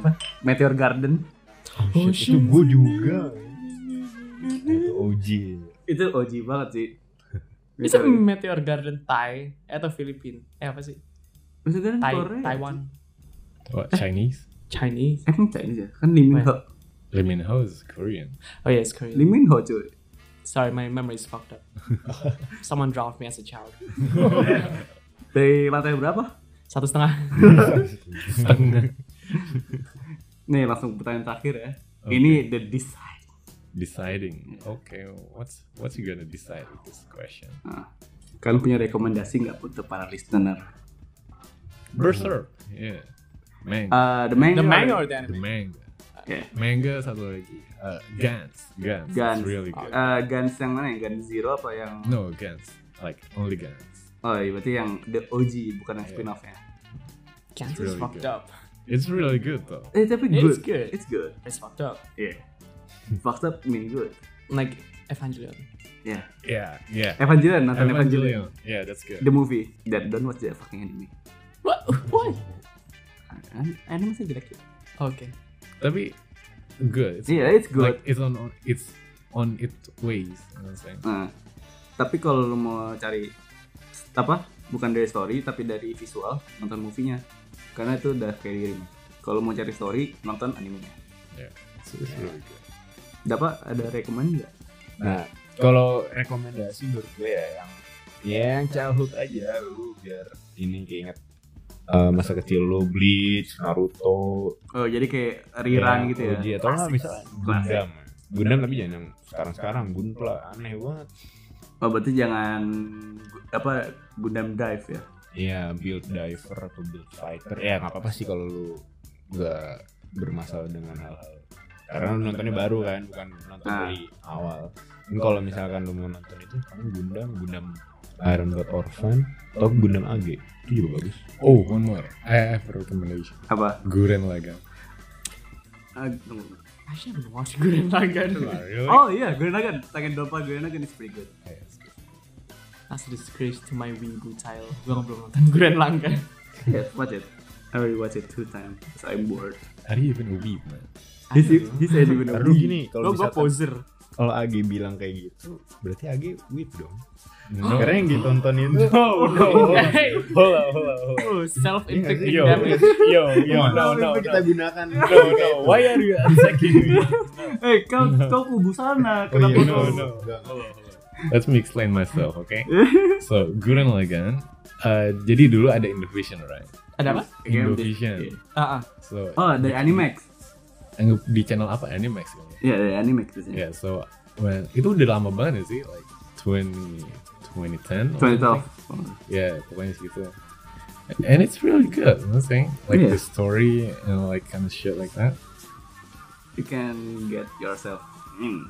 [SPEAKER 1] apa? Meteor Garden.
[SPEAKER 4] Oh, shit. Itu gue juga. Itu OG.
[SPEAKER 1] Itu OG banget sih.
[SPEAKER 3] Bisa
[SPEAKER 1] Meteor-
[SPEAKER 3] Meteor Garden Thai atau Filipin? Eh apa sih?
[SPEAKER 1] Meteor Garden
[SPEAKER 3] Thai,
[SPEAKER 1] kan Korea.
[SPEAKER 3] Taiwan,
[SPEAKER 2] What Chinese?
[SPEAKER 3] Chinese.
[SPEAKER 1] Eh, kan Chinese ya? Kan Lee Min Ho.
[SPEAKER 2] Lee Min Ho is Korean.
[SPEAKER 3] Oh yes, Korean.
[SPEAKER 1] Lee Min Ho cuy.
[SPEAKER 3] Sorry, my memory is fucked up. Someone dropped me as a child.
[SPEAKER 1] Dari lantai berapa?
[SPEAKER 3] Satu setengah.
[SPEAKER 1] Nih langsung pertanyaan terakhir ya. Ini the decide.
[SPEAKER 2] Deciding. Okay, what's what's you gonna decide with this question?
[SPEAKER 1] Nah, kalian punya rekomendasi nggak untuk para listener?
[SPEAKER 2] Berserk. Yeah. Manga.
[SPEAKER 1] Eh, the manga.
[SPEAKER 3] The manga or the
[SPEAKER 2] the
[SPEAKER 3] anime?
[SPEAKER 2] manga.
[SPEAKER 1] Yeah.
[SPEAKER 2] Manga satu lagi. Uh, Gans. Gans.
[SPEAKER 1] Guns.
[SPEAKER 2] It's really good.
[SPEAKER 1] Eh, Guns yang mana ya? Guns Zero apa yang?
[SPEAKER 2] No Gans. Like only Gans.
[SPEAKER 1] Oh, iya, berarti yang the OG bukan yang ya? spin offnya.
[SPEAKER 3] Kansas
[SPEAKER 2] really
[SPEAKER 3] fucked
[SPEAKER 2] good.
[SPEAKER 3] up.
[SPEAKER 2] It's really good though.
[SPEAKER 1] Eh tapi good.
[SPEAKER 3] It's good.
[SPEAKER 1] It's good.
[SPEAKER 3] It's fucked up.
[SPEAKER 1] Yeah. Fucked up mean good.
[SPEAKER 3] Like Evangelion.
[SPEAKER 1] Yeah.
[SPEAKER 2] Yeah. Yeah.
[SPEAKER 1] Evangelion nonton Evangelion.
[SPEAKER 2] Evangelion. Yeah, that's good.
[SPEAKER 1] The movie. That don't watch the fucking anime.
[SPEAKER 3] What? Why?
[SPEAKER 1] An- Anime sih jelek. ya.
[SPEAKER 3] Okay.
[SPEAKER 2] Tapi good. It's,
[SPEAKER 1] Yeah, it's good.
[SPEAKER 2] Like it's on, on it's on its ways. You know what I'm saying?
[SPEAKER 1] Nah, tapi kalau lu mau cari apa bukan dari story tapi dari visual nonton movie-nya karena itu udah kayak di remake kalau mau cari story nonton animenya
[SPEAKER 2] Yeah, it's- it's really good.
[SPEAKER 1] dapat ada rekomend nggak
[SPEAKER 4] Nah, kalau rekomendasi menurut gue ya yang yang childhood aja lu biar ini keinget eh, masa kecil lu Bleach, Naruto,
[SPEAKER 1] oh jadi kayak rerun gitu ya
[SPEAKER 4] Dia tau nggak misalnya Gundam, Gundam tapi jangan yang sekarang-sekarang Gunpla aneh banget.
[SPEAKER 1] oh berarti jangan gu- apa Gundam Dive ya
[SPEAKER 4] Iya, build diver atau build fighter. Ya nggak apa-apa sih kalau lu nggak bermasalah dengan hal-hal karena lu nontonnya baru kan, bukan nonton
[SPEAKER 1] Ah.
[SPEAKER 4] dari awal. Dan kalau misalkan lu mau nonton itu, kamu Gundam, Gundam Iron God Orphan, atau Gundam AG itu juga bagus.
[SPEAKER 2] Oh, one more. I have a recommendation.
[SPEAKER 1] apa
[SPEAKER 2] Guren Lagann.
[SPEAKER 1] Ah, tunggu.
[SPEAKER 3] I should watch Gurren Lagann.
[SPEAKER 1] oh iya Gurren Lagann tangan dompa Gurren Lagann kan is pretty good
[SPEAKER 3] That's a disgrace to my Wingu child. Gua belum nonton Gurren Lagann.
[SPEAKER 1] yeah watch it I already watched it two times because I'm bored
[SPEAKER 2] Are you even a weeb, man?
[SPEAKER 1] this is this is even
[SPEAKER 4] Aduh gini,
[SPEAKER 3] Lo
[SPEAKER 4] kalau
[SPEAKER 3] gua
[SPEAKER 4] misalkan
[SPEAKER 3] poser.
[SPEAKER 4] kalau AG bilang kayak gitu, berarti AG weep dong. Karena yang Iya, ditonton
[SPEAKER 2] Oh,
[SPEAKER 4] itu.
[SPEAKER 3] Hey,
[SPEAKER 2] Hola, hola, hola.
[SPEAKER 3] oh,
[SPEAKER 4] Iya,
[SPEAKER 3] self-inflicted
[SPEAKER 2] Yo,
[SPEAKER 3] damage.
[SPEAKER 2] yo, yo, no, no,
[SPEAKER 4] Kenapa
[SPEAKER 2] no.
[SPEAKER 4] Iya, kita gunakan.
[SPEAKER 2] No, no. Why are you attacking me?
[SPEAKER 1] Eh, kau kau kubu sana.
[SPEAKER 4] Oh, iya,
[SPEAKER 1] Kenapa
[SPEAKER 4] no,
[SPEAKER 1] kau?
[SPEAKER 4] no.
[SPEAKER 2] Let me explain myself, okay? So, Gurren Lagann, uh, jadi dulu ada Indovision, right?
[SPEAKER 3] Ada apa?
[SPEAKER 1] Game
[SPEAKER 2] Indovision.
[SPEAKER 3] Ah, ah.
[SPEAKER 2] So,
[SPEAKER 1] Oh, dari Animax.
[SPEAKER 2] anggap di channel apa? Animax kan?
[SPEAKER 1] Iya, dari Animax itu sih.
[SPEAKER 2] Yeah, so when itu udah lama banget ya sih, like 20
[SPEAKER 1] 2012.
[SPEAKER 2] 2010. or something. Yeah, Ya, pokoknya segitu. And it's really good, I'm saying. Like
[SPEAKER 1] Yeah.
[SPEAKER 2] the story and like kind of shit like that.
[SPEAKER 1] You can get yourself. Hmm.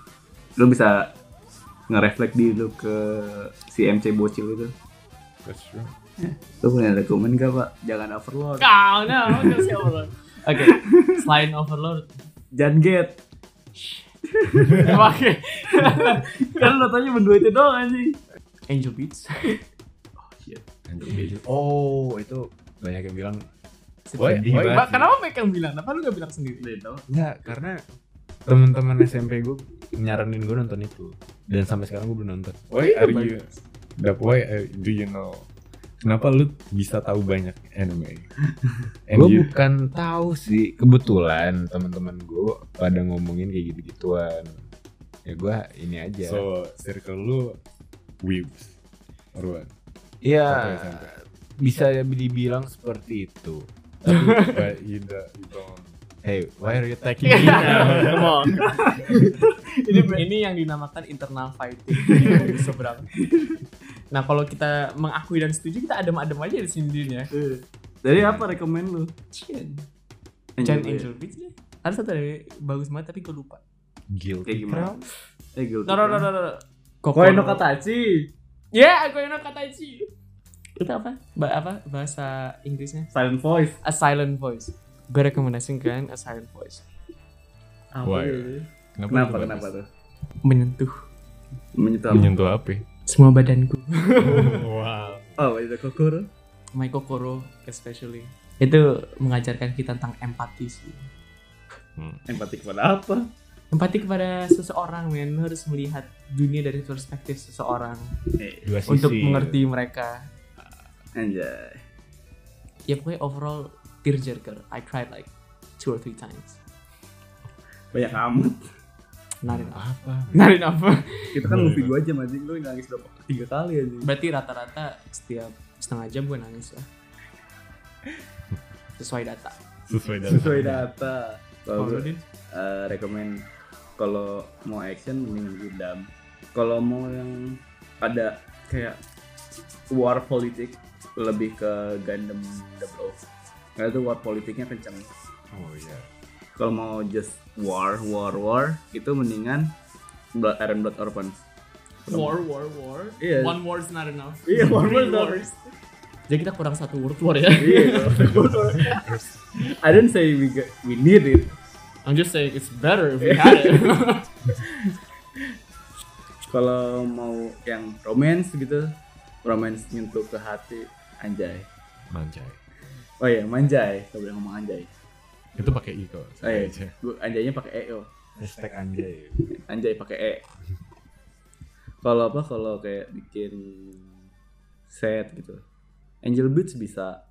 [SPEAKER 1] Lu bisa nge-reflect di lu ke si MC bocil itu.
[SPEAKER 2] That's true.
[SPEAKER 1] Lu punya rekomen gak, Pak? Jangan overload.
[SPEAKER 3] Oh, no, no, no, overload. Oke, selain overload,
[SPEAKER 1] Jangan get.
[SPEAKER 3] pakai
[SPEAKER 1] Kan lu tanya berdua itu doang anjing.
[SPEAKER 3] Angel Beats.
[SPEAKER 2] And the-
[SPEAKER 4] Oh, itu banyak yang bilang
[SPEAKER 2] Why-
[SPEAKER 4] Sedih
[SPEAKER 2] why-
[SPEAKER 4] banget.
[SPEAKER 3] Ba- Kenapa mereka yang bilang? Kenapa lu gak bilang sendiri?
[SPEAKER 4] enggak karena teman-teman SMP gue nyaranin gue nonton itu dan sampai sekarang gue belum nonton.
[SPEAKER 2] Why are you? Dap, why are- do you know? Kenapa lu bisa tahu banyak anime? And
[SPEAKER 4] Gue
[SPEAKER 2] you,
[SPEAKER 4] bukan tahu sih, kebetulan teman-teman gue pada ngomongin kayak gitu-gituan. Ya gue ini aja.
[SPEAKER 2] so circle lu weebs or what?
[SPEAKER 4] Iya,
[SPEAKER 2] Sampai- sampai.
[SPEAKER 4] bisa dibilang seperti itu.
[SPEAKER 2] Tapi but you don't, you don't.
[SPEAKER 4] Hey, why are you attacking me now?
[SPEAKER 3] Come on. ini ini yang dinamakan internal fighting di seberang. Nah kalau kita mengakui dan setuju kita adem-adem aja di sendirinya.
[SPEAKER 1] Dari Eh. apa rekomen lu?
[SPEAKER 3] Cian,
[SPEAKER 1] Jangan
[SPEAKER 3] Cian Angel Beats deh. Ada satu dari bagus banget tapi gue lupa.
[SPEAKER 1] Kayak
[SPEAKER 4] Guilty.
[SPEAKER 1] gimana? Eh, guilty.
[SPEAKER 3] No no no no no. no.
[SPEAKER 1] Koi no katachi.
[SPEAKER 3] Ya, yeah, Koino Katachi. Itu apa? Ba apa bahasa Inggrisnya?
[SPEAKER 1] Silent voice.
[SPEAKER 3] A Silent Voice. Gue rekomendasikan A Silent Voice.
[SPEAKER 1] Apa
[SPEAKER 2] Why?
[SPEAKER 1] ya?
[SPEAKER 2] Kenapa,
[SPEAKER 1] Kenapa
[SPEAKER 2] lu
[SPEAKER 1] kenapa tuh?
[SPEAKER 3] Menyentuh
[SPEAKER 1] Menyetam.
[SPEAKER 2] Menyentuh apa?
[SPEAKER 3] semua badanku.
[SPEAKER 2] wow.
[SPEAKER 1] Oh, itu kokoro.
[SPEAKER 3] My Kokoro especially. Itu mengajarkan kita tentang empati sih.
[SPEAKER 1] Empati kepada apa?
[SPEAKER 3] Empati kepada seseorang, men. Lu harus melihat dunia dari perspektif seseorang
[SPEAKER 1] Eh,
[SPEAKER 4] Dua sisi.
[SPEAKER 3] untuk mengerti mereka.
[SPEAKER 1] anjay.
[SPEAKER 3] Ya pokoknya overall tearjerker. I cried like two or three times.
[SPEAKER 1] Banyak amat.
[SPEAKER 3] Not enough.
[SPEAKER 4] apa?
[SPEAKER 3] Not enough.
[SPEAKER 1] Kita kan movie dua jam anjing lu nangis berapa? Tiga kali anjing.
[SPEAKER 3] Berarti rata-rata setiap setengah jam gue nangis lah. Sesuai data.
[SPEAKER 2] Sesuai dengan
[SPEAKER 1] Sesuai data. Kalau
[SPEAKER 3] Kalau lu,
[SPEAKER 1] gue
[SPEAKER 3] Din?
[SPEAKER 1] eh, rekomen kalau mau action mending Gundam. Kalau mau yang ada kayak war politik lebih ke Gundam Double O. Karena itu war politiknya kencang.
[SPEAKER 4] Oh iya.
[SPEAKER 1] Kalau mau just war, war, war itu mendingan Blood Iron Blood Orphans.
[SPEAKER 3] War, war, war.
[SPEAKER 1] Iya.
[SPEAKER 3] One war is not enough.
[SPEAKER 1] Iya, war, war,
[SPEAKER 3] Three
[SPEAKER 1] war.
[SPEAKER 3] wars. Jadi kita kurang satu world war ya.
[SPEAKER 1] Iya. I don't say we get, we need it.
[SPEAKER 3] I'm just saying it's better if we had it.
[SPEAKER 1] Kalau mau yang romance gitu, romance nyentuh ke hati, anjay.
[SPEAKER 2] Manjai.
[SPEAKER 1] Oh iya, manjay. Gak boleh ngomong anjay.
[SPEAKER 2] Itu pakai i kok.
[SPEAKER 1] Oh iya,
[SPEAKER 2] sengaja.
[SPEAKER 1] gua anjaynya pakai e oh.
[SPEAKER 4] Hashtag anjay.
[SPEAKER 1] Anjay pakai e. Kalau apa? Kalau kayak bikin set gitu. Angel Beats bisa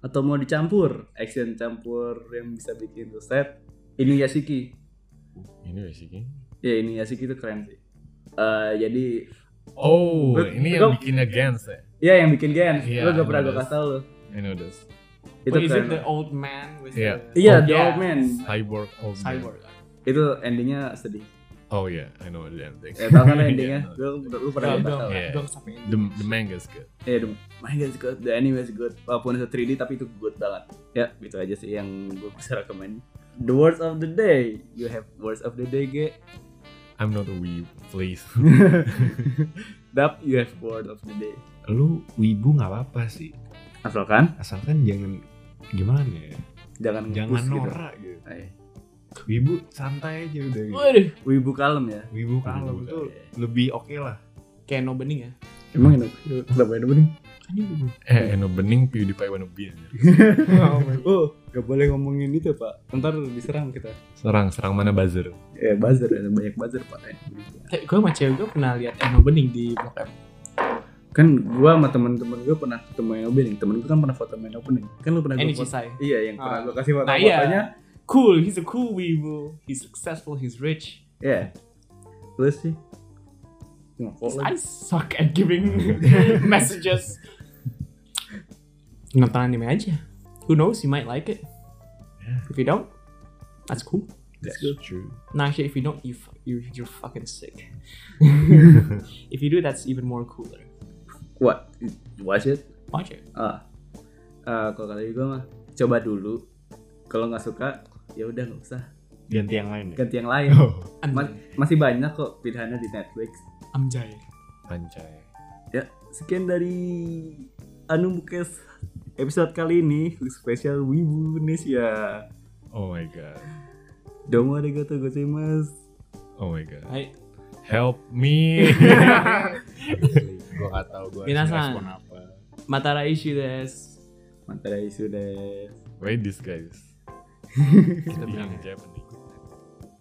[SPEAKER 1] atau mau dicampur action campur yang bisa bikin set ini Yasiki
[SPEAKER 2] Ini basicnya.
[SPEAKER 1] ya ini Yasiki itu keren sih Eh, jadi
[SPEAKER 2] Oh,
[SPEAKER 1] Bet-
[SPEAKER 2] ini
[SPEAKER 1] betul.
[SPEAKER 2] yang bikin against ya.
[SPEAKER 1] ya yang bikin Gen
[SPEAKER 2] Iya,
[SPEAKER 1] lo gak pernah gue
[SPEAKER 2] bener.
[SPEAKER 1] kasih tau lo
[SPEAKER 2] I know this.
[SPEAKER 1] itu
[SPEAKER 3] is
[SPEAKER 1] keren
[SPEAKER 3] it the old man with
[SPEAKER 2] Yeah.
[SPEAKER 3] the
[SPEAKER 1] iya
[SPEAKER 2] Oh,
[SPEAKER 1] The
[SPEAKER 3] yeah.
[SPEAKER 1] Old Man
[SPEAKER 2] Cyborg old man.
[SPEAKER 3] cyborg?
[SPEAKER 1] itu endingnya sedih
[SPEAKER 2] Oh yeah, I know the damn thing.
[SPEAKER 1] ya tau kan lo
[SPEAKER 2] Yeah,
[SPEAKER 1] endingnya
[SPEAKER 4] Iya.
[SPEAKER 2] no.
[SPEAKER 1] lo lu
[SPEAKER 3] Yeah,
[SPEAKER 1] pernah kan? gue tau
[SPEAKER 3] dong,
[SPEAKER 2] Yeah.
[SPEAKER 3] dong sampai ini.
[SPEAKER 2] The, the manga is good.
[SPEAKER 1] ya the manga is good the anime is good walaupun itu 3D tapi itu good banget ya itu aja sih yang gue bisa rekomend the words of the day you have words of the day ge
[SPEAKER 2] I'm not a weeb, please.
[SPEAKER 1] dap you have word of the day
[SPEAKER 4] Lu wibu nggak apa-apa sih.
[SPEAKER 1] asalkan
[SPEAKER 4] Asalkan jangan gimana ya?
[SPEAKER 1] jangan
[SPEAKER 4] Jangan
[SPEAKER 1] nge-push
[SPEAKER 4] norak gitu.
[SPEAKER 1] gitu. Eh,
[SPEAKER 4] Wibu santai aja udah gitu.
[SPEAKER 3] Waduh,
[SPEAKER 1] wibu kalem ya
[SPEAKER 4] Wibu kalau gitu ya.
[SPEAKER 2] Wibu
[SPEAKER 4] tuh
[SPEAKER 1] kalem.
[SPEAKER 4] lebih oke lah.
[SPEAKER 3] kayak no bening ya.
[SPEAKER 1] emang enak Iya. kenapa enak bening
[SPEAKER 2] eh, Eno Bening PewDiePie wannabe anjir.
[SPEAKER 1] oh gak boleh ngomongin itu pak ntar diserang kita
[SPEAKER 2] Serang, serang mana buzzer?
[SPEAKER 1] ya buzzer ada banyak buzzer pak
[SPEAKER 3] Kayak gue sama cewek gue pernah lihat Eno Bening di Blok M.
[SPEAKER 1] kan gua sama temen-temen gua pernah ketemu yang opening temen gua kan pernah foto main opening kan lu pernah
[SPEAKER 3] Any
[SPEAKER 1] gua foto
[SPEAKER 3] Cisai.
[SPEAKER 1] iya yang pernah
[SPEAKER 3] Ah.
[SPEAKER 1] gua kasih foto
[SPEAKER 3] Nah, iya.
[SPEAKER 1] fotonya
[SPEAKER 3] Cool, he's a cool weebo. He's successful, he's rich.
[SPEAKER 1] iya terus sih ngokok
[SPEAKER 3] Yes,
[SPEAKER 1] lagi.
[SPEAKER 3] I suck at giving messages. Nonton anime aja. Who knows, you might like it. If you don't, that's cool.
[SPEAKER 2] That's true.
[SPEAKER 3] Nah, actually, if you don't, you fu- you you're fucking sick. if you do, that's even more cooler.
[SPEAKER 1] what watch it
[SPEAKER 3] Watch it.
[SPEAKER 1] ah Eh, kalau kata gua mah coba dulu kalau nggak suka ya udah nggak usah
[SPEAKER 4] Ganti yang lain ya.
[SPEAKER 1] ganti yang lain
[SPEAKER 2] Oh,
[SPEAKER 1] Ma-
[SPEAKER 3] Anjay.
[SPEAKER 1] masih banyak kok pilihannya di Netflix
[SPEAKER 3] Anjay.
[SPEAKER 2] pancai.
[SPEAKER 1] ya sekian dari Anu Bukes episode kali ini spesial Wibu Indonesia
[SPEAKER 2] Oh my god.
[SPEAKER 1] Domo arigato gozaimasu
[SPEAKER 2] Oh my god.
[SPEAKER 3] Hai,
[SPEAKER 2] Help me.
[SPEAKER 4] Asli, gua nggak tahu gua harus
[SPEAKER 3] Minasan.
[SPEAKER 4] respon apa.
[SPEAKER 3] Matara Ishii desu.
[SPEAKER 1] Matarai sudah
[SPEAKER 2] Wait, this guys. Kita bilang Japanese.